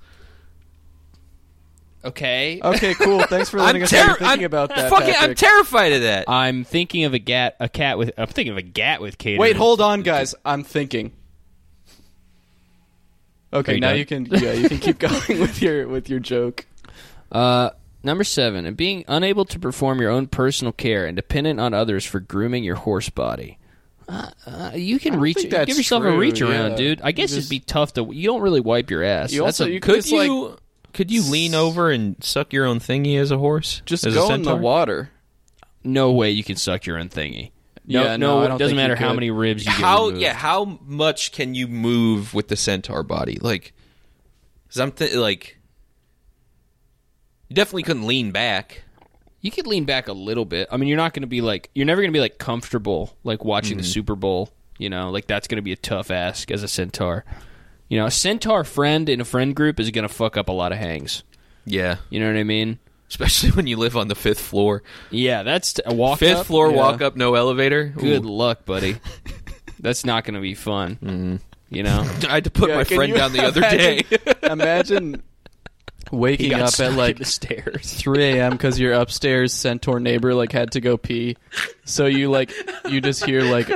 Speaker 3: Okay,
Speaker 5: okay, cool. Thanks for letting
Speaker 4: I'm,
Speaker 5: us know you're
Speaker 4: terri-
Speaker 5: thinking
Speaker 4: I'm-
Speaker 5: about that.
Speaker 4: Fucking, I'm
Speaker 5: Patrick. Uh,
Speaker 4: terrified of that.
Speaker 3: I'm thinking of a gat, a cat with. I'm thinking of a gat with Katie.
Speaker 5: Wait, hold on, guys. I'm thinking. Okay,
Speaker 3: you
Speaker 5: now
Speaker 3: done?
Speaker 5: you can yeah you can keep [LAUGHS] going with your with your joke.
Speaker 3: Uh, number seven, and being unable to perform your own personal care and dependent on others for grooming your horse body. Uh, uh, you can reach.
Speaker 5: think that's
Speaker 3: Give yourself a
Speaker 5: true,
Speaker 3: reach around,
Speaker 5: yeah.
Speaker 3: dude. I
Speaker 5: You
Speaker 3: guess
Speaker 5: just-
Speaker 3: it'd be tough to. You don't really wipe your ass.
Speaker 5: You
Speaker 3: That's
Speaker 5: also
Speaker 3: a-
Speaker 5: you can
Speaker 4: could
Speaker 5: just like
Speaker 4: you could you lean over and suck your own thingy as a horse?
Speaker 5: just
Speaker 4: as a
Speaker 5: go in the
Speaker 4: centaur? [LAUGHS]
Speaker 5: water.
Speaker 3: no way you can suck your own thingy. No, no,
Speaker 5: Yeah, no, I
Speaker 3: it doesn't
Speaker 5: don't think you
Speaker 3: matter how
Speaker 5: could.
Speaker 3: many ribs you get
Speaker 4: How
Speaker 3: removed.
Speaker 4: yeah? How much can you move with the centaur body? Like, i I'm thi- like, you definitely couldn't lean back.
Speaker 3: You could lean back a little bit. I mean, you're not going to be like you're never going to be like comfortable like watching the Super Bowl. You know, like that's going to be a tough ask as a centaur. You know, a centaur friend in a friend group is going to fuck up a lot of hangs.
Speaker 4: Yeah,
Speaker 3: You know what I mean?
Speaker 4: especially [LAUGHS] when you live on the fifth floor.
Speaker 3: Yeah, that's t- a walk.
Speaker 4: fifth
Speaker 3: up?
Speaker 4: floor
Speaker 5: yeah.
Speaker 4: walk up, no elevator. Ooh.
Speaker 3: Good luck, buddy. [LAUGHS] that's not going to be fun. You know,
Speaker 4: I had to put
Speaker 5: Yeah,
Speaker 4: my
Speaker 5: can
Speaker 4: friend
Speaker 5: you
Speaker 4: down the other day.
Speaker 5: imagine- Imagine waking up at like
Speaker 3: the [LAUGHS] stairs.
Speaker 5: 3 a.m. because your upstairs centaur neighbor like had to go pee, so you like you just hear like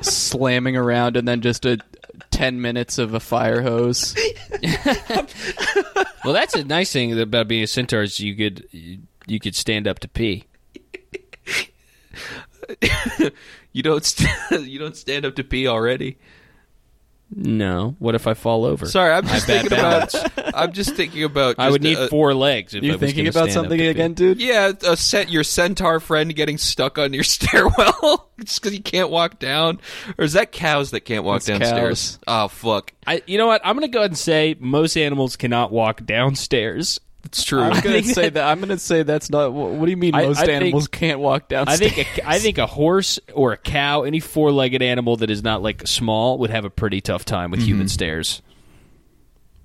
Speaker 5: slamming around and then just a 10 minutes of a fire hose.
Speaker 3: Well, that's a nice thing about being a centaur is you could you could stand up to pee.
Speaker 4: you don't st- [LAUGHS] you don't stand up to pee already.
Speaker 3: No, what if I fall over?
Speaker 4: Sorry, I'm just
Speaker 3: bad
Speaker 4: thinking about.
Speaker 5: [LAUGHS]
Speaker 4: I'm just thinking about.
Speaker 3: I would
Speaker 4: just uh,
Speaker 3: need
Speaker 4: a-
Speaker 3: four legs. If I
Speaker 5: You
Speaker 3: was
Speaker 5: thinking
Speaker 3: gonna
Speaker 5: about
Speaker 3: stand up
Speaker 5: something
Speaker 3: to pee.
Speaker 5: again, dude?
Speaker 4: Yeah, a set your centaur friend getting stuck on your [LAUGHS] stairwell [LAUGHS] just because you can't walk down, or is that cows that can't walk
Speaker 5: It's
Speaker 4: downstairs? Oh fuck,
Speaker 3: I, you know what? I'm gonna go ahead and say most animals cannot walk downstairs.
Speaker 4: it's true.
Speaker 5: I'm gonna say that. I'm gonna say that's not. wha- What do you mean?
Speaker 3: I-
Speaker 5: most
Speaker 3: I think-
Speaker 5: animals can't walk
Speaker 3: I
Speaker 5: downstairs.
Speaker 3: think a, I think a horse or a cow, any four-legged animal that is not like small, would have a pretty tough
Speaker 4: Mm-hmm.
Speaker 3: time with human stairs.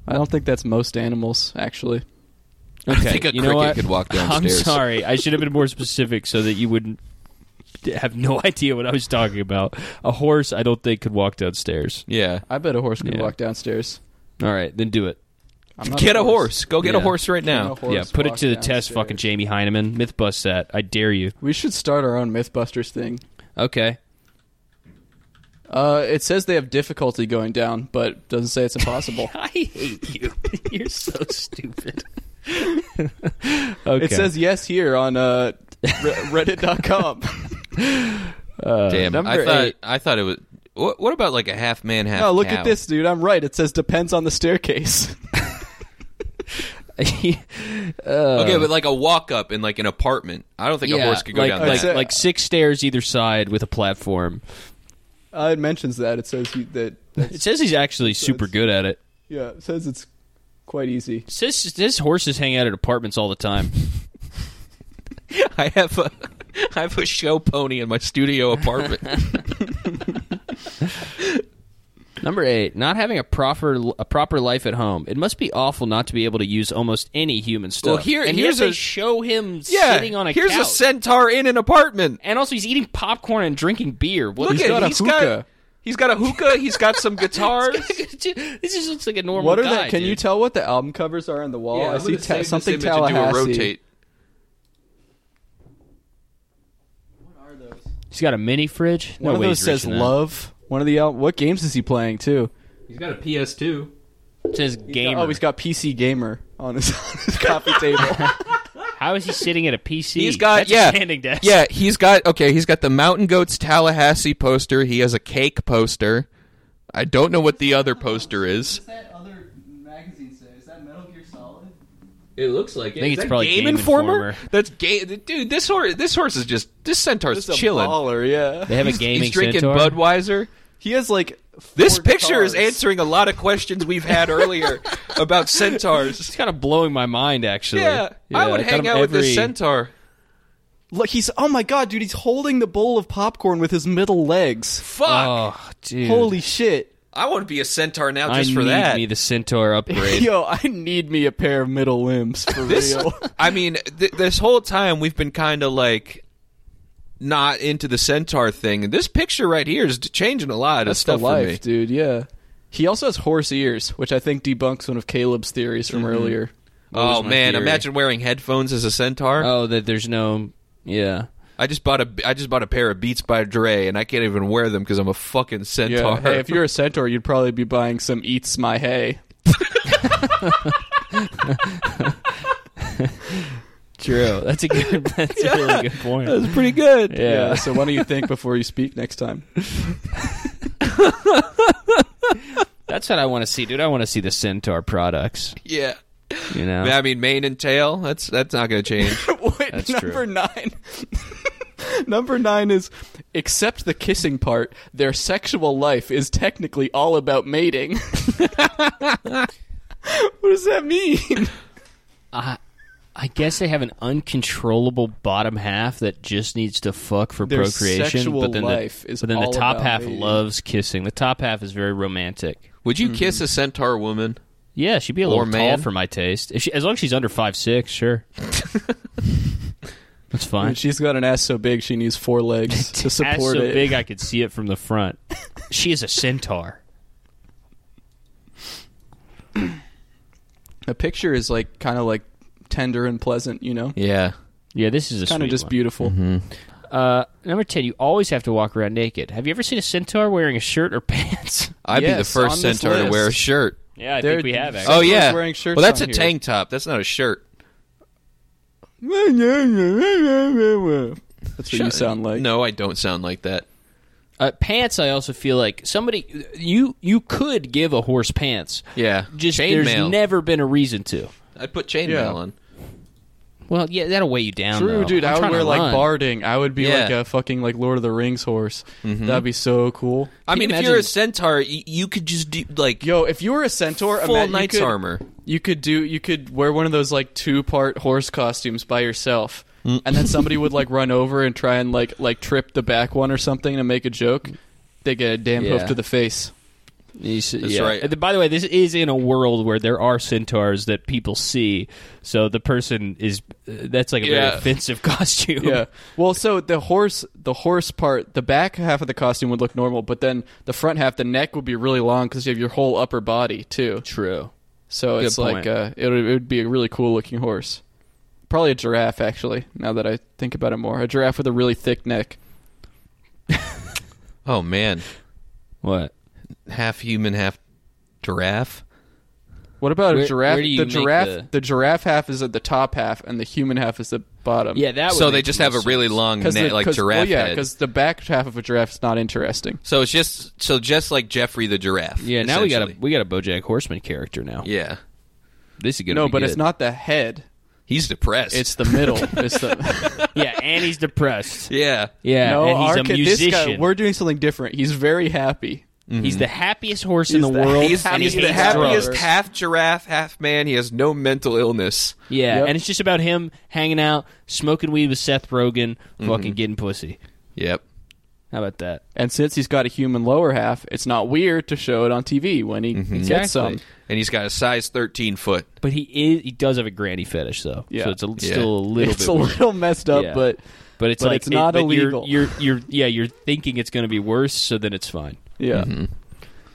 Speaker 5: I don't think that's most animals actually.
Speaker 3: Okay,
Speaker 4: [LAUGHS] I think a
Speaker 3: you know
Speaker 4: cricket
Speaker 3: what?
Speaker 4: could walk
Speaker 3: [LAUGHS] I'm
Speaker 4: downstairs.
Speaker 3: sorry, I should have been more specific so that you wouldn't have no [LAUGHS] idea what I was talking about. A horse, I don't think, could walk downstairs.
Speaker 4: Yeah,
Speaker 5: I bet a horse could
Speaker 3: Yeah.
Speaker 5: walk downstairs.
Speaker 3: All right, then do it.
Speaker 5: I'm not
Speaker 4: get a horse. Go get
Speaker 3: Yeah.
Speaker 4: a horse right now.
Speaker 5: Horse
Speaker 3: yeah, put it
Speaker 5: walk
Speaker 3: to the test,
Speaker 5: downstairs.
Speaker 3: fucking Jamie Heineman. Myth bust that. I dare you.
Speaker 5: We should start our own MythBusters thing.
Speaker 3: Okay.
Speaker 5: Uh, it says they have difficulty going down, but doesn't say it's impossible.
Speaker 3: I hate you. [LAUGHS] You're so stupid. okay.
Speaker 5: It says yes here on uh,
Speaker 3: [LAUGHS]
Speaker 5: re- Reddit.com.
Speaker 4: Damn, I
Speaker 3: number
Speaker 4: thought
Speaker 3: eight.
Speaker 4: I thought it was. What, what about like a half man, half?
Speaker 5: oh, look
Speaker 4: cow?
Speaker 5: at this, dude. I'm right. It says depends on
Speaker 3: [LAUGHS]
Speaker 5: the staircase. [LAUGHS] Uh,
Speaker 4: Okay, but like a walk up in like an apartment. I don't think a horse could go
Speaker 3: Um, like,
Speaker 4: down
Speaker 3: like,
Speaker 4: that.
Speaker 5: that.
Speaker 3: like six stairs either side with a platform.
Speaker 5: uh, it mentions that. It says you, that.
Speaker 3: It
Speaker 5: That's,
Speaker 3: says he's actually super good at it.
Speaker 5: yeah, it says it's quite easy.
Speaker 3: It says, says horses hang out at apartments all the time.
Speaker 4: [LAUGHS] I have a I have a show pony in my studio apartment.
Speaker 3: [LAUGHS] Number eight, not having a proper a proper life at home. It must be awful not to be able to use almost any human stuff.
Speaker 4: Well, here-
Speaker 3: and
Speaker 4: here's
Speaker 3: yet they
Speaker 4: a-
Speaker 3: show him
Speaker 4: Yeah,
Speaker 3: [LAUGHS] sitting on a
Speaker 4: here's a
Speaker 3: couch.
Speaker 4: centaur in an apartment.
Speaker 3: and also he's eating popcorn and drinking beer. What
Speaker 4: Look
Speaker 3: is
Speaker 4: at
Speaker 5: got a
Speaker 4: he's
Speaker 5: hookah.
Speaker 4: got he's got a hookah. He's got
Speaker 3: [LAUGHS]
Speaker 4: some guitars.
Speaker 3: this just looks like a normal
Speaker 5: What are
Speaker 3: guy.
Speaker 5: that? Can you
Speaker 3: dude.
Speaker 5: tell what the album covers are on the wall? Oh, I
Speaker 7: I'm
Speaker 5: see
Speaker 7: gonna save
Speaker 5: ta-
Speaker 7: this
Speaker 5: something
Speaker 7: image and
Speaker 5: Tallahassee.
Speaker 7: do a rotate.
Speaker 3: He's got a mini fridge. no
Speaker 5: One of
Speaker 3: way
Speaker 5: those
Speaker 3: he's
Speaker 5: says
Speaker 3: reaching that.
Speaker 5: love. One of the al- what games is he playing too?
Speaker 8: He's got a PS2.
Speaker 3: It says gamer.
Speaker 5: Oh, he's got PC gamer on his, [LAUGHS] on his coffee
Speaker 3: [LAUGHS]
Speaker 5: table.
Speaker 3: How is he sitting at a PC?
Speaker 4: He's got
Speaker 3: That's a
Speaker 4: yeah,
Speaker 3: standing desk.
Speaker 4: yeah. He's got okay. He's got the Mountain Goats Tallahassee poster. He has a cake poster. I don't know what the other poster is.
Speaker 5: that other magazine say? Is that Metal Gear Solid?
Speaker 8: It looks like it.
Speaker 3: I think
Speaker 8: Is
Speaker 3: it's
Speaker 8: that
Speaker 3: probably
Speaker 4: Game Informer. That's game, dude. This horse, this horse is just this centaur's
Speaker 5: It's a
Speaker 4: chilling.
Speaker 5: baller, yeah.
Speaker 3: They have
Speaker 4: He's,
Speaker 3: a gaming
Speaker 4: he's drinking
Speaker 3: centaur.
Speaker 4: Budweiser.
Speaker 5: He has like
Speaker 4: This
Speaker 5: four
Speaker 4: picture is
Speaker 5: guitars.
Speaker 4: answering a lot of questions we've had [LAUGHS] earlier about centaurs.
Speaker 3: It's kind of blowing my mind, actually.
Speaker 4: Yeah, I would
Speaker 3: got
Speaker 4: hang
Speaker 3: him
Speaker 4: out with this
Speaker 3: every-
Speaker 4: centaur.
Speaker 5: Look, he's oh my god, dude, he's holding the bowl of popcorn with his middle legs.
Speaker 4: Fuck!
Speaker 3: Oh, dude.
Speaker 5: Holy shit.
Speaker 4: I want to be a centaur now
Speaker 3: I
Speaker 4: just for
Speaker 3: need
Speaker 4: that.
Speaker 3: me the centaur
Speaker 4: [LAUGHS]
Speaker 3: upgrade.
Speaker 5: Yo, I need me a pair of middle limbs for
Speaker 4: this,
Speaker 5: real.
Speaker 4: [LAUGHS] I mean, th- this whole time we've been kind of like not into the centaur thing, and this picture right here is changing a lot of
Speaker 5: That's the
Speaker 4: stuff for me.
Speaker 5: life, dude, yeah. He also has horse ears, which I think debunks one of Caleb's theories from earlier.
Speaker 4: Oh
Speaker 3: my
Speaker 4: man,
Speaker 3: theory.
Speaker 4: imagine wearing headphones as a centaur.
Speaker 3: oh, that there's no. Yeah.
Speaker 4: I just bought a I just bought a pair of Beats by Dre, and I can't even wear them because I'm a fucking centaur.
Speaker 5: Yeah. Hey, if you're a centaur, you'd probably be buying some eats my hay.
Speaker 3: True. [LAUGHS] That's
Speaker 4: [LAUGHS]
Speaker 3: a good. That's a really good point. Yeah.
Speaker 4: pretty good.
Speaker 5: so why don't you think before you speak next [LAUGHS] time?
Speaker 3: That's what I want to see, dude. I want to see the centaur products.
Speaker 4: Yeah.
Speaker 3: You
Speaker 4: [LAUGHS]
Speaker 3: know.
Speaker 4: I mean, mane and tail. That's that's not going to
Speaker 5: [LAUGHS]
Speaker 4: change.
Speaker 5: Wait,
Speaker 3: That's
Speaker 5: number
Speaker 3: true.
Speaker 5: nine. [LAUGHS] number nine is except the kissing part, their sexual life is technically all about mating. [LAUGHS] what does that mean?
Speaker 3: I guess they have an uncontrollable bottom half that just needs to fuck for
Speaker 5: Their
Speaker 3: procreation.
Speaker 5: sexual
Speaker 3: but then
Speaker 5: life
Speaker 3: the,
Speaker 5: is
Speaker 3: but then the
Speaker 5: all
Speaker 3: top
Speaker 5: about
Speaker 3: half
Speaker 5: mating.
Speaker 3: loves kissing. The top half is very romantic.
Speaker 4: Would
Speaker 5: Hmm.
Speaker 4: you kiss a centaur woman?
Speaker 3: Yeah, she'd be a
Speaker 4: Or
Speaker 3: little tall
Speaker 4: man.
Speaker 3: for my taste. If she, as long as she's under five six, sure. That's fine.
Speaker 5: And [LAUGHS] she's got an ass so big she needs four [LAUGHS] legs to
Speaker 3: Ass
Speaker 5: support
Speaker 3: so
Speaker 5: it.
Speaker 3: big I could see it from the front. She is a centaur.
Speaker 5: The picture is like kind of like tender and pleasant, you know.
Speaker 4: Yeah.
Speaker 3: Yeah, this is a
Speaker 5: Kind of
Speaker 3: sweet
Speaker 5: just
Speaker 3: one.
Speaker 5: beautiful.
Speaker 4: Mm-hmm.
Speaker 3: Uh, number ten, you always have to walk around naked. Have you ever seen a centaur wearing a shirt or [LAUGHS] pants?
Speaker 4: I'd be the
Speaker 5: Yes,
Speaker 4: first
Speaker 5: on this
Speaker 4: centaur to
Speaker 5: list.
Speaker 4: wear a shirt.
Speaker 3: yeah, I
Speaker 5: They're-
Speaker 3: think we have. Actually.
Speaker 4: Oh
Speaker 5: Centaurs
Speaker 4: yeah.
Speaker 5: wearing shirts
Speaker 4: well, that's a
Speaker 5: on here.
Speaker 4: tank top. That's not a shirt.
Speaker 5: [LAUGHS] That's what you sound like.
Speaker 4: No, I don't sound like that.
Speaker 3: uh, pants. I also feel like somebody you you could give a horse pants.
Speaker 4: Yeah.
Speaker 3: Just there's
Speaker 4: chainmail.
Speaker 3: never been a reason to.
Speaker 4: I'd put chainmail
Speaker 5: Yeah.
Speaker 4: on.
Speaker 3: Well, yeah, that'll weigh you down.
Speaker 5: True,
Speaker 3: though.
Speaker 5: dude.
Speaker 3: I'm
Speaker 5: i would
Speaker 3: trying to
Speaker 5: wear like
Speaker 3: run.
Speaker 5: barding. I would be
Speaker 4: Yeah. Mm-hmm.
Speaker 5: like a fucking like Lord of the Rings horse. That'd be so cool.
Speaker 4: I
Speaker 3: Can
Speaker 4: mean,
Speaker 3: you
Speaker 4: if you're a
Speaker 3: imagine-
Speaker 4: centaur, you, you could just do like
Speaker 5: Yo, if you were a centaur,
Speaker 4: full
Speaker 5: ima- you
Speaker 4: knight's
Speaker 5: could-
Speaker 4: armor.
Speaker 5: You could do. You could wear one of those like two part horse costumes by yourself,
Speaker 4: Mm. [LAUGHS]
Speaker 5: and then somebody would like run over and try and like like trip the back one or something and make a joke. They get a damn hoof
Speaker 3: Yeah.
Speaker 5: to the face.
Speaker 3: You s-
Speaker 4: That's
Speaker 3: yeah.
Speaker 4: right.
Speaker 3: And th- by the way, this is in a world where there are centaurs that people see. So the person is uh, that's like a
Speaker 4: Yeah.
Speaker 3: very offensive [LAUGHS]
Speaker 4: [LAUGHS]
Speaker 3: costume.
Speaker 5: Yeah. Well, so the horse, the horse part, the back half of the costume would look normal, but then the front half, the neck would be really long because you have your whole upper body too.
Speaker 3: True.
Speaker 5: So
Speaker 3: Good
Speaker 5: it's like
Speaker 3: point.
Speaker 5: uh, it, would, it would be a really cool looking horse. Probably a giraffe, actually. Now that I think about it more, a giraffe with a really thick neck.
Speaker 4: Oh man,
Speaker 3: What?
Speaker 4: half human, half giraffe.
Speaker 5: What about
Speaker 3: Where-
Speaker 5: a giraffe?
Speaker 3: where do you
Speaker 5: the
Speaker 3: make
Speaker 5: giraffe,
Speaker 3: the-
Speaker 5: giraffe half is at the top half, and the human half is the bottom.
Speaker 3: Yeah, that.
Speaker 4: So
Speaker 3: would
Speaker 4: they
Speaker 3: make
Speaker 4: just
Speaker 3: more
Speaker 4: have a
Speaker 3: sense.
Speaker 4: really long neck,
Speaker 5: because
Speaker 4: like giraffe
Speaker 5: Well, yeah,
Speaker 4: head.
Speaker 5: because the back half of a giraffe is not interesting.
Speaker 4: So it's just so just like Jeffrey the giraffe.
Speaker 3: Yeah. Now we got a
Speaker 4: essentially.
Speaker 3: we got a BoJack Horseman character now.
Speaker 4: yeah.
Speaker 3: This is gonna
Speaker 5: No,
Speaker 3: be
Speaker 5: but
Speaker 3: good.
Speaker 5: it's not the head.
Speaker 4: He's depressed.
Speaker 5: It's
Speaker 3: [LAUGHS]
Speaker 5: the middle. it's the
Speaker 3: Yeah, and he's depressed.
Speaker 4: yeah.
Speaker 3: [LAUGHS] Yeah,
Speaker 5: [LAUGHS] no,
Speaker 3: and he's
Speaker 5: our
Speaker 3: a
Speaker 5: kid-
Speaker 3: musician. Mm-hmm.
Speaker 5: This guy, we're doing something different. He's very happy.
Speaker 3: He's the happiest horse in the,
Speaker 5: He's the
Speaker 3: world.
Speaker 4: He's,
Speaker 3: and he
Speaker 4: he's the
Speaker 3: hates
Speaker 4: happiest
Speaker 3: drugs.
Speaker 4: half giraffe, half man. He has no mental illness.
Speaker 3: Yeah,
Speaker 5: Yep.
Speaker 3: and it's just about Mm-hmm. him hanging out, smoking weed with Seth Rogen, fucking getting pussy.
Speaker 4: Yep.
Speaker 3: How about that?
Speaker 5: And since he's got a human lower half, it's not weird to show it on TV when he
Speaker 3: Mm-hmm. Exactly.
Speaker 5: gets some.
Speaker 4: and he's got a size 13 foot.
Speaker 3: But he is he does have a granny fetish though.
Speaker 5: Yeah.
Speaker 3: So it's a, still a little
Speaker 5: it's
Speaker 3: bit
Speaker 5: a
Speaker 3: weird.
Speaker 5: little messed up,
Speaker 3: Yeah.
Speaker 5: but
Speaker 3: but it's
Speaker 5: but
Speaker 3: like
Speaker 5: it's not
Speaker 3: but you're-
Speaker 5: illegal.
Speaker 3: You're, you're yeah, you're thinking it's going to be worse, so then it's fine.
Speaker 5: yeah.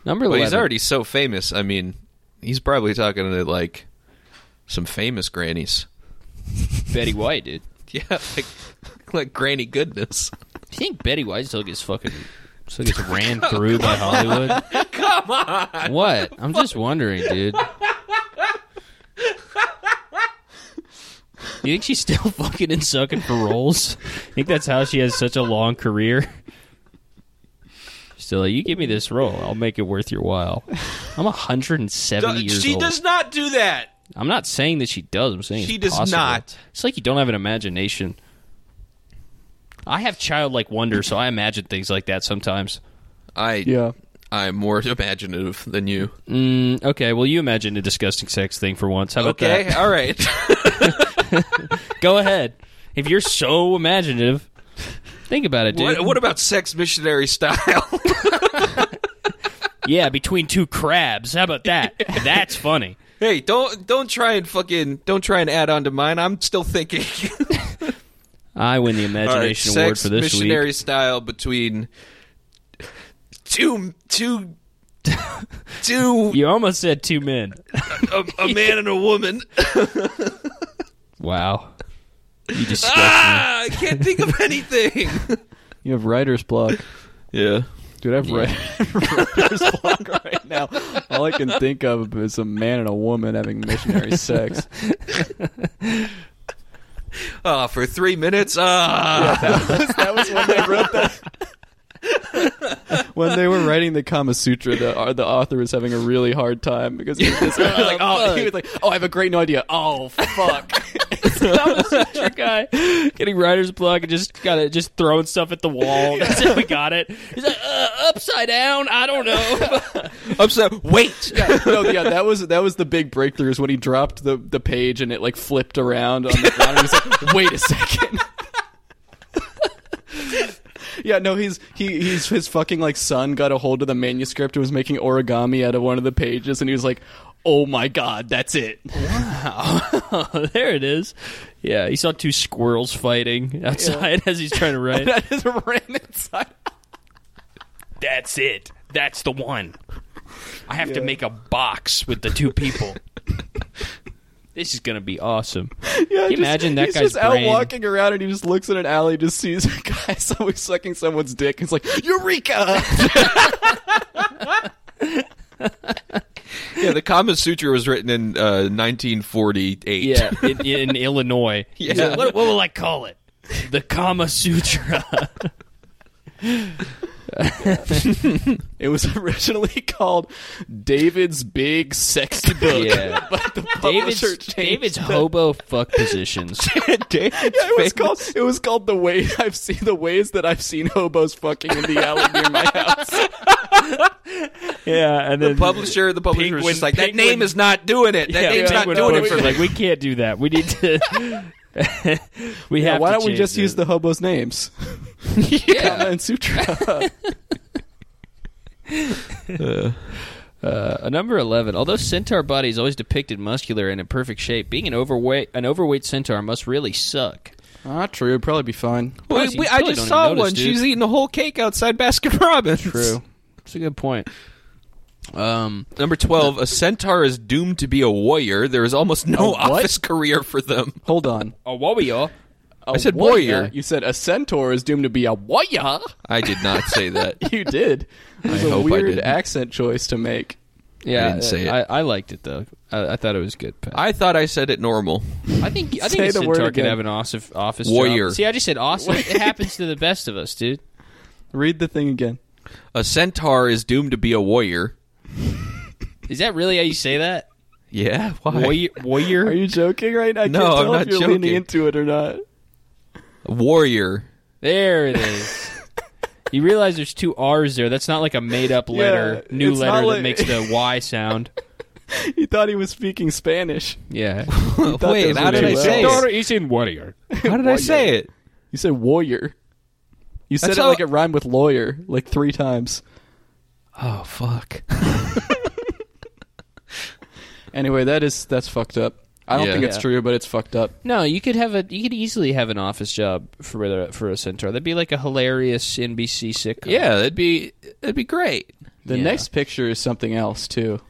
Speaker 3: Number
Speaker 4: But
Speaker 3: 11.
Speaker 4: he's already so famous. I mean, he's probably talking to like some famous grannies. [LAUGHS]
Speaker 3: Betty White, dude.
Speaker 4: Yeah, like, like Granny Goodness.
Speaker 3: Do you think Betty White still gets fucking still gets ran through by Hollywood? Come on. What? I'm just wondering, dude. You think she's still [LAUGHS] fucking and sucking for roles? You think that's how she has such a long career? Still, you give me this role, I'll make it worth your while. I'm 170 years
Speaker 4: she
Speaker 3: old.
Speaker 4: does not do that.
Speaker 3: I'm not saying that she does. I'm saying
Speaker 4: She
Speaker 3: it's
Speaker 4: does
Speaker 3: possible.
Speaker 4: not.
Speaker 3: It's like you don't have an imagination. I have childlike wonder, so I imagine things like that sometimes.
Speaker 4: I
Speaker 5: Yeah.
Speaker 4: I'm more imaginative than you.
Speaker 3: Mm, okay, well, you imagine a disgusting sex thing for once. How about
Speaker 4: Okay,
Speaker 3: that?
Speaker 4: [LAUGHS] all
Speaker 3: [LAUGHS]
Speaker 4: right.
Speaker 3: Go ahead. If you're so imaginative, think about it, dude.
Speaker 4: what, what about sex missionary style? [LAUGHS]
Speaker 3: yeah, between two crabs. How
Speaker 4: [LAUGHS]
Speaker 3: about that? That's funny.
Speaker 4: hey, don't don't try and fucking don't try and add on to mine. I'm still thinking.
Speaker 3: I win the
Speaker 4: All right,
Speaker 3: imagination
Speaker 4: sex
Speaker 3: award for this
Speaker 4: missionary
Speaker 3: week.
Speaker 4: style between two two
Speaker 3: [LAUGHS]
Speaker 4: two
Speaker 3: You almost said two men.
Speaker 4: a, a man and a woman. [LAUGHS]
Speaker 3: Wow.
Speaker 4: [LAUGHS]
Speaker 3: You disgust
Speaker 4: ah, I can't think of
Speaker 3: [LAUGHS]
Speaker 4: anything.
Speaker 5: You have writer's block.
Speaker 4: yeah.
Speaker 5: Dude, I have writer- writer's [LAUGHS] block right now. All I can think of is a man and a woman having missionary sex. [LAUGHS]
Speaker 4: Oh, for three minutes. Ah.
Speaker 5: that was when they wrote that. [LAUGHS] when they were writing the Kama Sutra, the, uh, the author was having a really hard time because he [LAUGHS] was, just like, oh, he was like, oh, I have a great new idea. Oh, fuck.
Speaker 3: That guy getting writer's block and just kind of just throwing stuff at the wall. [LAUGHS] That's how we got it. He's like uh, upside down. I don't know. [LAUGHS]
Speaker 4: Upset. Wait.
Speaker 5: yeah, no, yeah, that was that was the big breakthrough is when he dropped the, the page and it like flipped around on the ground. And he was like, wait a second. [LAUGHS] yeah, no, he's he he's his fucking like son got a hold of the manuscript and was making origami out of one of the pages, and he was like, oh my god, that's it. [LAUGHS]
Speaker 3: Oh, there it is. Yeah, he saw two squirrels fighting outside [LAUGHS] as he's trying to write.
Speaker 5: I just ran inside.
Speaker 3: That's it. That's the one. I have to make a box with the two people. this is gonna be awesome.
Speaker 5: Yeah,
Speaker 3: you imagine that
Speaker 5: he's
Speaker 3: guy's
Speaker 5: just out
Speaker 3: brain?
Speaker 5: walking around and he just looks in an alley, just sees a guy [LAUGHS] somewhere sucking someone's dick. He's like, "Eureka!"
Speaker 4: Yeah, the Kama Sutra was written in uh, 1948.
Speaker 3: Yeah, in, in [LAUGHS] Illinois.
Speaker 4: Yeah.
Speaker 3: He's like, [LAUGHS] What, what will I call it? The Kama Sutra.
Speaker 5: It was [LAUGHS] originally called David's Big Sexy Book.
Speaker 3: [LAUGHS] Yeah. [LAUGHS]
Speaker 5: but the [LAUGHS]
Speaker 3: David's,
Speaker 5: publisher changed
Speaker 3: David's
Speaker 5: the-
Speaker 3: hobo fuck positions.
Speaker 5: Yeah, it was called. It was called the way [LAUGHS] I've seen the ways that I've seen hobos fucking in the alley
Speaker 4: [LAUGHS]
Speaker 5: near my house.
Speaker 3: [LAUGHS] yeah, and then
Speaker 4: Publisher, the publisher was
Speaker 3: Penguin-
Speaker 4: just like, that
Speaker 3: Penguin-
Speaker 4: name is not doing it. That name's not
Speaker 3: Penguin
Speaker 4: doing it
Speaker 3: Publishers
Speaker 4: for
Speaker 3: was
Speaker 4: me.
Speaker 3: like we can't do that. We need to. [LAUGHS] we have.
Speaker 5: why
Speaker 3: to
Speaker 5: don't we
Speaker 3: change
Speaker 5: just
Speaker 3: it.
Speaker 5: use the hobos' [LAUGHS] names? yeah, and Sutra.
Speaker 3: Uh, number eleven. Although centaur body is always depicted muscular and in perfect shape, being an overweight an overweight centaur must really suck.
Speaker 5: [LAUGHS] Ah, true. It'd probably be fine.
Speaker 3: Plus, you probably don't even notice, dude.
Speaker 4: eating a whole cake outside Baskin Robbins.
Speaker 5: True.
Speaker 3: That's a good point. Um,
Speaker 4: Number 12, a centaur is doomed to be a warrior. There is almost no
Speaker 5: A what?
Speaker 4: office career for them.
Speaker 5: Hold on.
Speaker 4: Oh,
Speaker 3: a warrior.
Speaker 5: I
Speaker 4: said warrior.
Speaker 5: You said a centaur is doomed to be a warrior.
Speaker 4: I did not say that.
Speaker 5: [LAUGHS] You did. It was a
Speaker 4: hope I
Speaker 5: weird
Speaker 4: didn't.
Speaker 5: accent choice to make.
Speaker 3: Yeah,
Speaker 4: didn't say it.
Speaker 3: I, I liked it though. I, I thought it was good. [LAUGHS]
Speaker 4: [LAUGHS]
Speaker 3: I,
Speaker 4: I thought I said it normal.
Speaker 3: I think I
Speaker 5: Say
Speaker 3: think a
Speaker 5: the word
Speaker 3: centaur can
Speaker 5: again.
Speaker 3: have an office office
Speaker 4: Warrior.
Speaker 3: Job. See, I just said awesome. it happens to the best of us, dude.
Speaker 5: Read the thing again.
Speaker 4: A centaur is doomed to be a warrior.
Speaker 3: Is that really how you say [LAUGHS] that?
Speaker 4: Yeah, why?
Speaker 3: Warrior. warrior?
Speaker 5: [LAUGHS] Are you joking right now? I
Speaker 4: No,
Speaker 5: can't
Speaker 4: I'm
Speaker 5: tell
Speaker 4: not
Speaker 5: if you're
Speaker 4: joking.
Speaker 5: leaning into it or not.
Speaker 4: warrior.
Speaker 3: There it
Speaker 5: [LAUGHS]
Speaker 3: is. you realize there's two R's there. That's not like a made up letter,
Speaker 5: Yeah,
Speaker 3: new
Speaker 5: it's not
Speaker 3: letter that
Speaker 5: like-
Speaker 3: makes the Y
Speaker 5: [LAUGHS]
Speaker 3: sound.
Speaker 5: He thought he was speaking Spanish.
Speaker 3: Yeah.
Speaker 5: thought
Speaker 4: Wait,
Speaker 5: those
Speaker 4: how
Speaker 5: were
Speaker 4: did
Speaker 5: too
Speaker 4: I
Speaker 5: loud.
Speaker 4: say it?
Speaker 5: Centaur
Speaker 3: is in warrior.
Speaker 4: How did I say it?
Speaker 5: You said warrior. You said
Speaker 3: That's
Speaker 5: it
Speaker 3: how-
Speaker 5: like it rhymed with lawyer like three times.
Speaker 3: Oh fuck.
Speaker 5: Anyway, that is that's fucked up. I don't
Speaker 4: Yeah.
Speaker 5: think it's
Speaker 3: Yeah.
Speaker 5: true, but it's fucked up.
Speaker 3: No, you could have a you could easily have an office job for a- for a centaur. That'd be like a hilarious NBC sitcom.
Speaker 4: Yeah, that'd be that'd be great.
Speaker 5: The
Speaker 3: Yeah.
Speaker 5: next picture is something else too.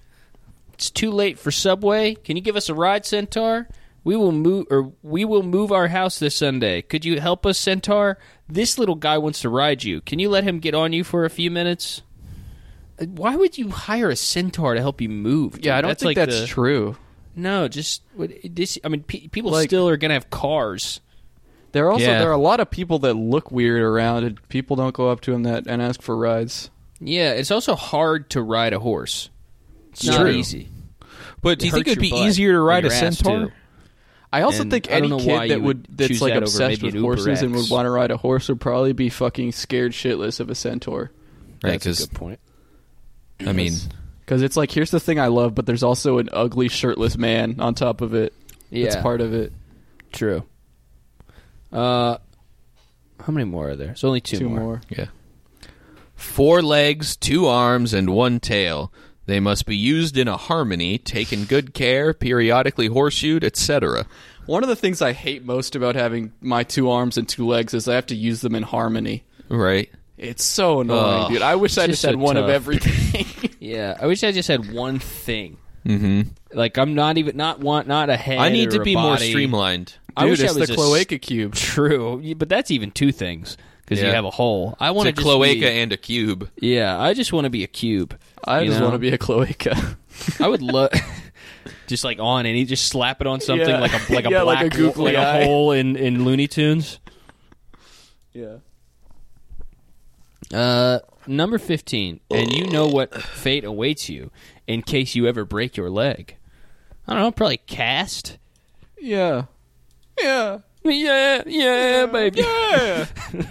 Speaker 3: it's too late for subway. Can you give us a ride, centaur? We will move or we will move our house this Sunday. Could you help us, centaur? This little guy wants to ride you. Can you let him get on you for a few minutes? Uh, Why would you hire a centaur to help you move? dude? like the-
Speaker 5: true.
Speaker 3: No, just what- this. I mean, pe- people
Speaker 5: Like-
Speaker 3: still are gonna have cars.
Speaker 5: There are also
Speaker 3: Yeah.
Speaker 5: there are a lot of people that look weird around, and people don't go up to them that and ask for rides.
Speaker 3: Yeah, it's also hard to ride a horse. It's not
Speaker 4: true.
Speaker 3: easy.
Speaker 4: But do you
Speaker 3: It
Speaker 4: think
Speaker 3: hurts
Speaker 4: it'd be
Speaker 3: your butt
Speaker 4: easier to
Speaker 3: and
Speaker 4: ride a
Speaker 3: your ass,
Speaker 4: centaur?
Speaker 3: too.
Speaker 5: I also
Speaker 3: And
Speaker 5: think
Speaker 3: I don't
Speaker 5: any
Speaker 3: know why
Speaker 5: kid
Speaker 3: you
Speaker 5: that would
Speaker 3: would choose
Speaker 5: that's like
Speaker 3: that over
Speaker 5: obsessed
Speaker 3: maybe
Speaker 5: with
Speaker 3: an Uber
Speaker 5: horses and would
Speaker 3: X.
Speaker 5: want to ride a horse would probably be fucking scared shitless of a centaur.
Speaker 4: Right,
Speaker 3: That's a
Speaker 4: 'cause,
Speaker 3: good point.
Speaker 4: I mean,
Speaker 5: Because it's like here's the thing I love, but there's also an ugly shirtless man on top of it. It's
Speaker 3: Yeah.
Speaker 5: part of it.
Speaker 3: True. Uh, how many more are there? It's only two,
Speaker 5: Two more.
Speaker 4: yeah. Four legs, two arms, and one tail. They must be used in a harmony, taken good care, periodically horseshoed, etc.
Speaker 5: One of the things I hate most about having my two arms and two legs is I have to use them in harmony.
Speaker 4: Right.
Speaker 5: It's so annoying,
Speaker 4: Ugh,
Speaker 5: dude. I wish I
Speaker 3: just
Speaker 5: just had
Speaker 3: so
Speaker 5: one of
Speaker 3: tough.
Speaker 5: [LAUGHS] everything.
Speaker 3: Yeah, I wish I just had one thing. Mm-hmm. Like I'm not even not want not a head.
Speaker 4: I need
Speaker 3: or
Speaker 4: to
Speaker 3: a
Speaker 4: be more
Speaker 3: body.
Speaker 4: streamlined.
Speaker 3: I
Speaker 5: Dude,
Speaker 3: wish I
Speaker 5: it's
Speaker 3: was
Speaker 5: the
Speaker 3: a
Speaker 5: cloaca cube.
Speaker 3: True, y- but that's even two things because you
Speaker 4: Yeah.
Speaker 3: have a hole. I
Speaker 4: It's
Speaker 3: want
Speaker 4: a
Speaker 3: to just
Speaker 4: cloaca
Speaker 3: be-
Speaker 4: and a cube.
Speaker 3: yeah, I just want to be a cube.
Speaker 5: I
Speaker 3: you
Speaker 5: just
Speaker 3: know?
Speaker 5: want to be a [LAUGHS] cloaca.
Speaker 3: I would love just like on any, just slap it on something
Speaker 5: Yeah.
Speaker 3: like a like a
Speaker 5: Yeah, like
Speaker 3: black
Speaker 5: a googly
Speaker 3: like a
Speaker 5: eye.
Speaker 3: hole in in Looney Tunes.
Speaker 5: yeah.
Speaker 3: Uh, number fifteen, and you know what fate awaits you in case you ever break your leg. I don't know, probably cast.
Speaker 5: Yeah. Yeah.
Speaker 3: Yeah, yeah, baby.
Speaker 5: Yeah.
Speaker 3: [LAUGHS]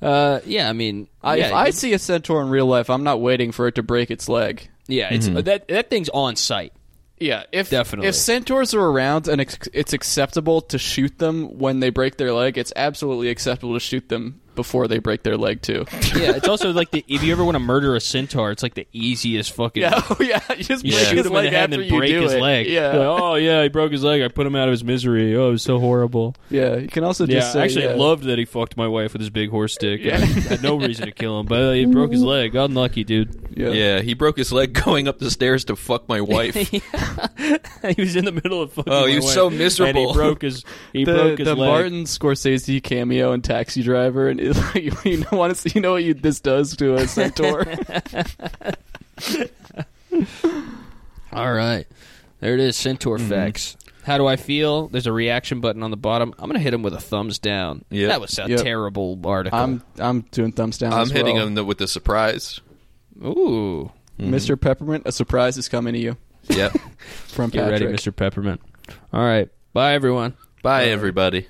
Speaker 3: Uh, yeah, I mean,
Speaker 5: I, if
Speaker 3: yeah,
Speaker 5: I
Speaker 3: it-
Speaker 5: see a centaur in real life, I'm not waiting for it to break its leg.
Speaker 3: yeah, it's that that thing's on site.
Speaker 5: Yeah, if
Speaker 3: Definitely.
Speaker 5: if centaurs are around and it's, it's acceptable to shoot them when they break their leg, it's absolutely acceptable to shoot them before they break their leg too.
Speaker 3: [LAUGHS]
Speaker 5: [LAUGHS]
Speaker 3: Yeah, it's also like the if you ever want to murder a centaur, it's like the easiest fucking. [LAUGHS]
Speaker 5: yeah, oh, yeah, you just
Speaker 3: You
Speaker 5: break
Speaker 3: shoot him in
Speaker 5: his
Speaker 3: the
Speaker 5: leg
Speaker 3: head
Speaker 5: after
Speaker 3: and then
Speaker 5: you
Speaker 3: break
Speaker 5: do
Speaker 3: his
Speaker 5: it.
Speaker 3: leg.
Speaker 5: Yeah,
Speaker 3: Like, oh yeah, he broke his leg. I put him out of his misery. Oh, it was so horrible.
Speaker 5: yeah. You can also
Speaker 3: Yeah,
Speaker 5: just say,
Speaker 3: I actually
Speaker 5: yeah.
Speaker 3: loved that he fucked my wife with his big horse stick.
Speaker 5: Yeah.
Speaker 3: I had no reason to kill him, but uh, he broke his leg. Unlucky dude.
Speaker 5: Yeah.
Speaker 4: Yeah, he broke his leg [LAUGHS] going up the stairs to fuck my wife.
Speaker 3: [LAUGHS] he was in the middle of fucking.
Speaker 4: Oh, he
Speaker 3: my
Speaker 4: was
Speaker 3: wife,
Speaker 4: so
Speaker 3: And he
Speaker 4: miserable.
Speaker 3: broke his. [LAUGHS] He
Speaker 5: The,
Speaker 3: broke his
Speaker 5: the
Speaker 3: leg.
Speaker 5: Martin Scorsese cameo in Taxi Driver, and [LAUGHS] it's like, you know, honestly, you know what you, this does to
Speaker 4: [LAUGHS]
Speaker 5: a centaur.
Speaker 3: All right. There it is, Centaur facts. Mm-hmm. How do I feel? There's a reaction button on the bottom. I'm going to hit him with a thumbs down.
Speaker 4: Yep.
Speaker 3: That was a
Speaker 5: Yep.
Speaker 3: terrible article.
Speaker 5: I'm I'm doing thumbs down.
Speaker 4: I'm
Speaker 5: as
Speaker 4: hitting
Speaker 5: well.
Speaker 4: him the, with the surprise.
Speaker 3: Ooh.
Speaker 5: Mr. Peppermint. A surprise is coming to you
Speaker 4: Yep.
Speaker 3: [LAUGHS]
Speaker 5: from
Speaker 3: Get
Speaker 5: Patrick.
Speaker 3: ready, Mr. Peppermint. All right. Bye, everyone.
Speaker 4: Bye, everybody.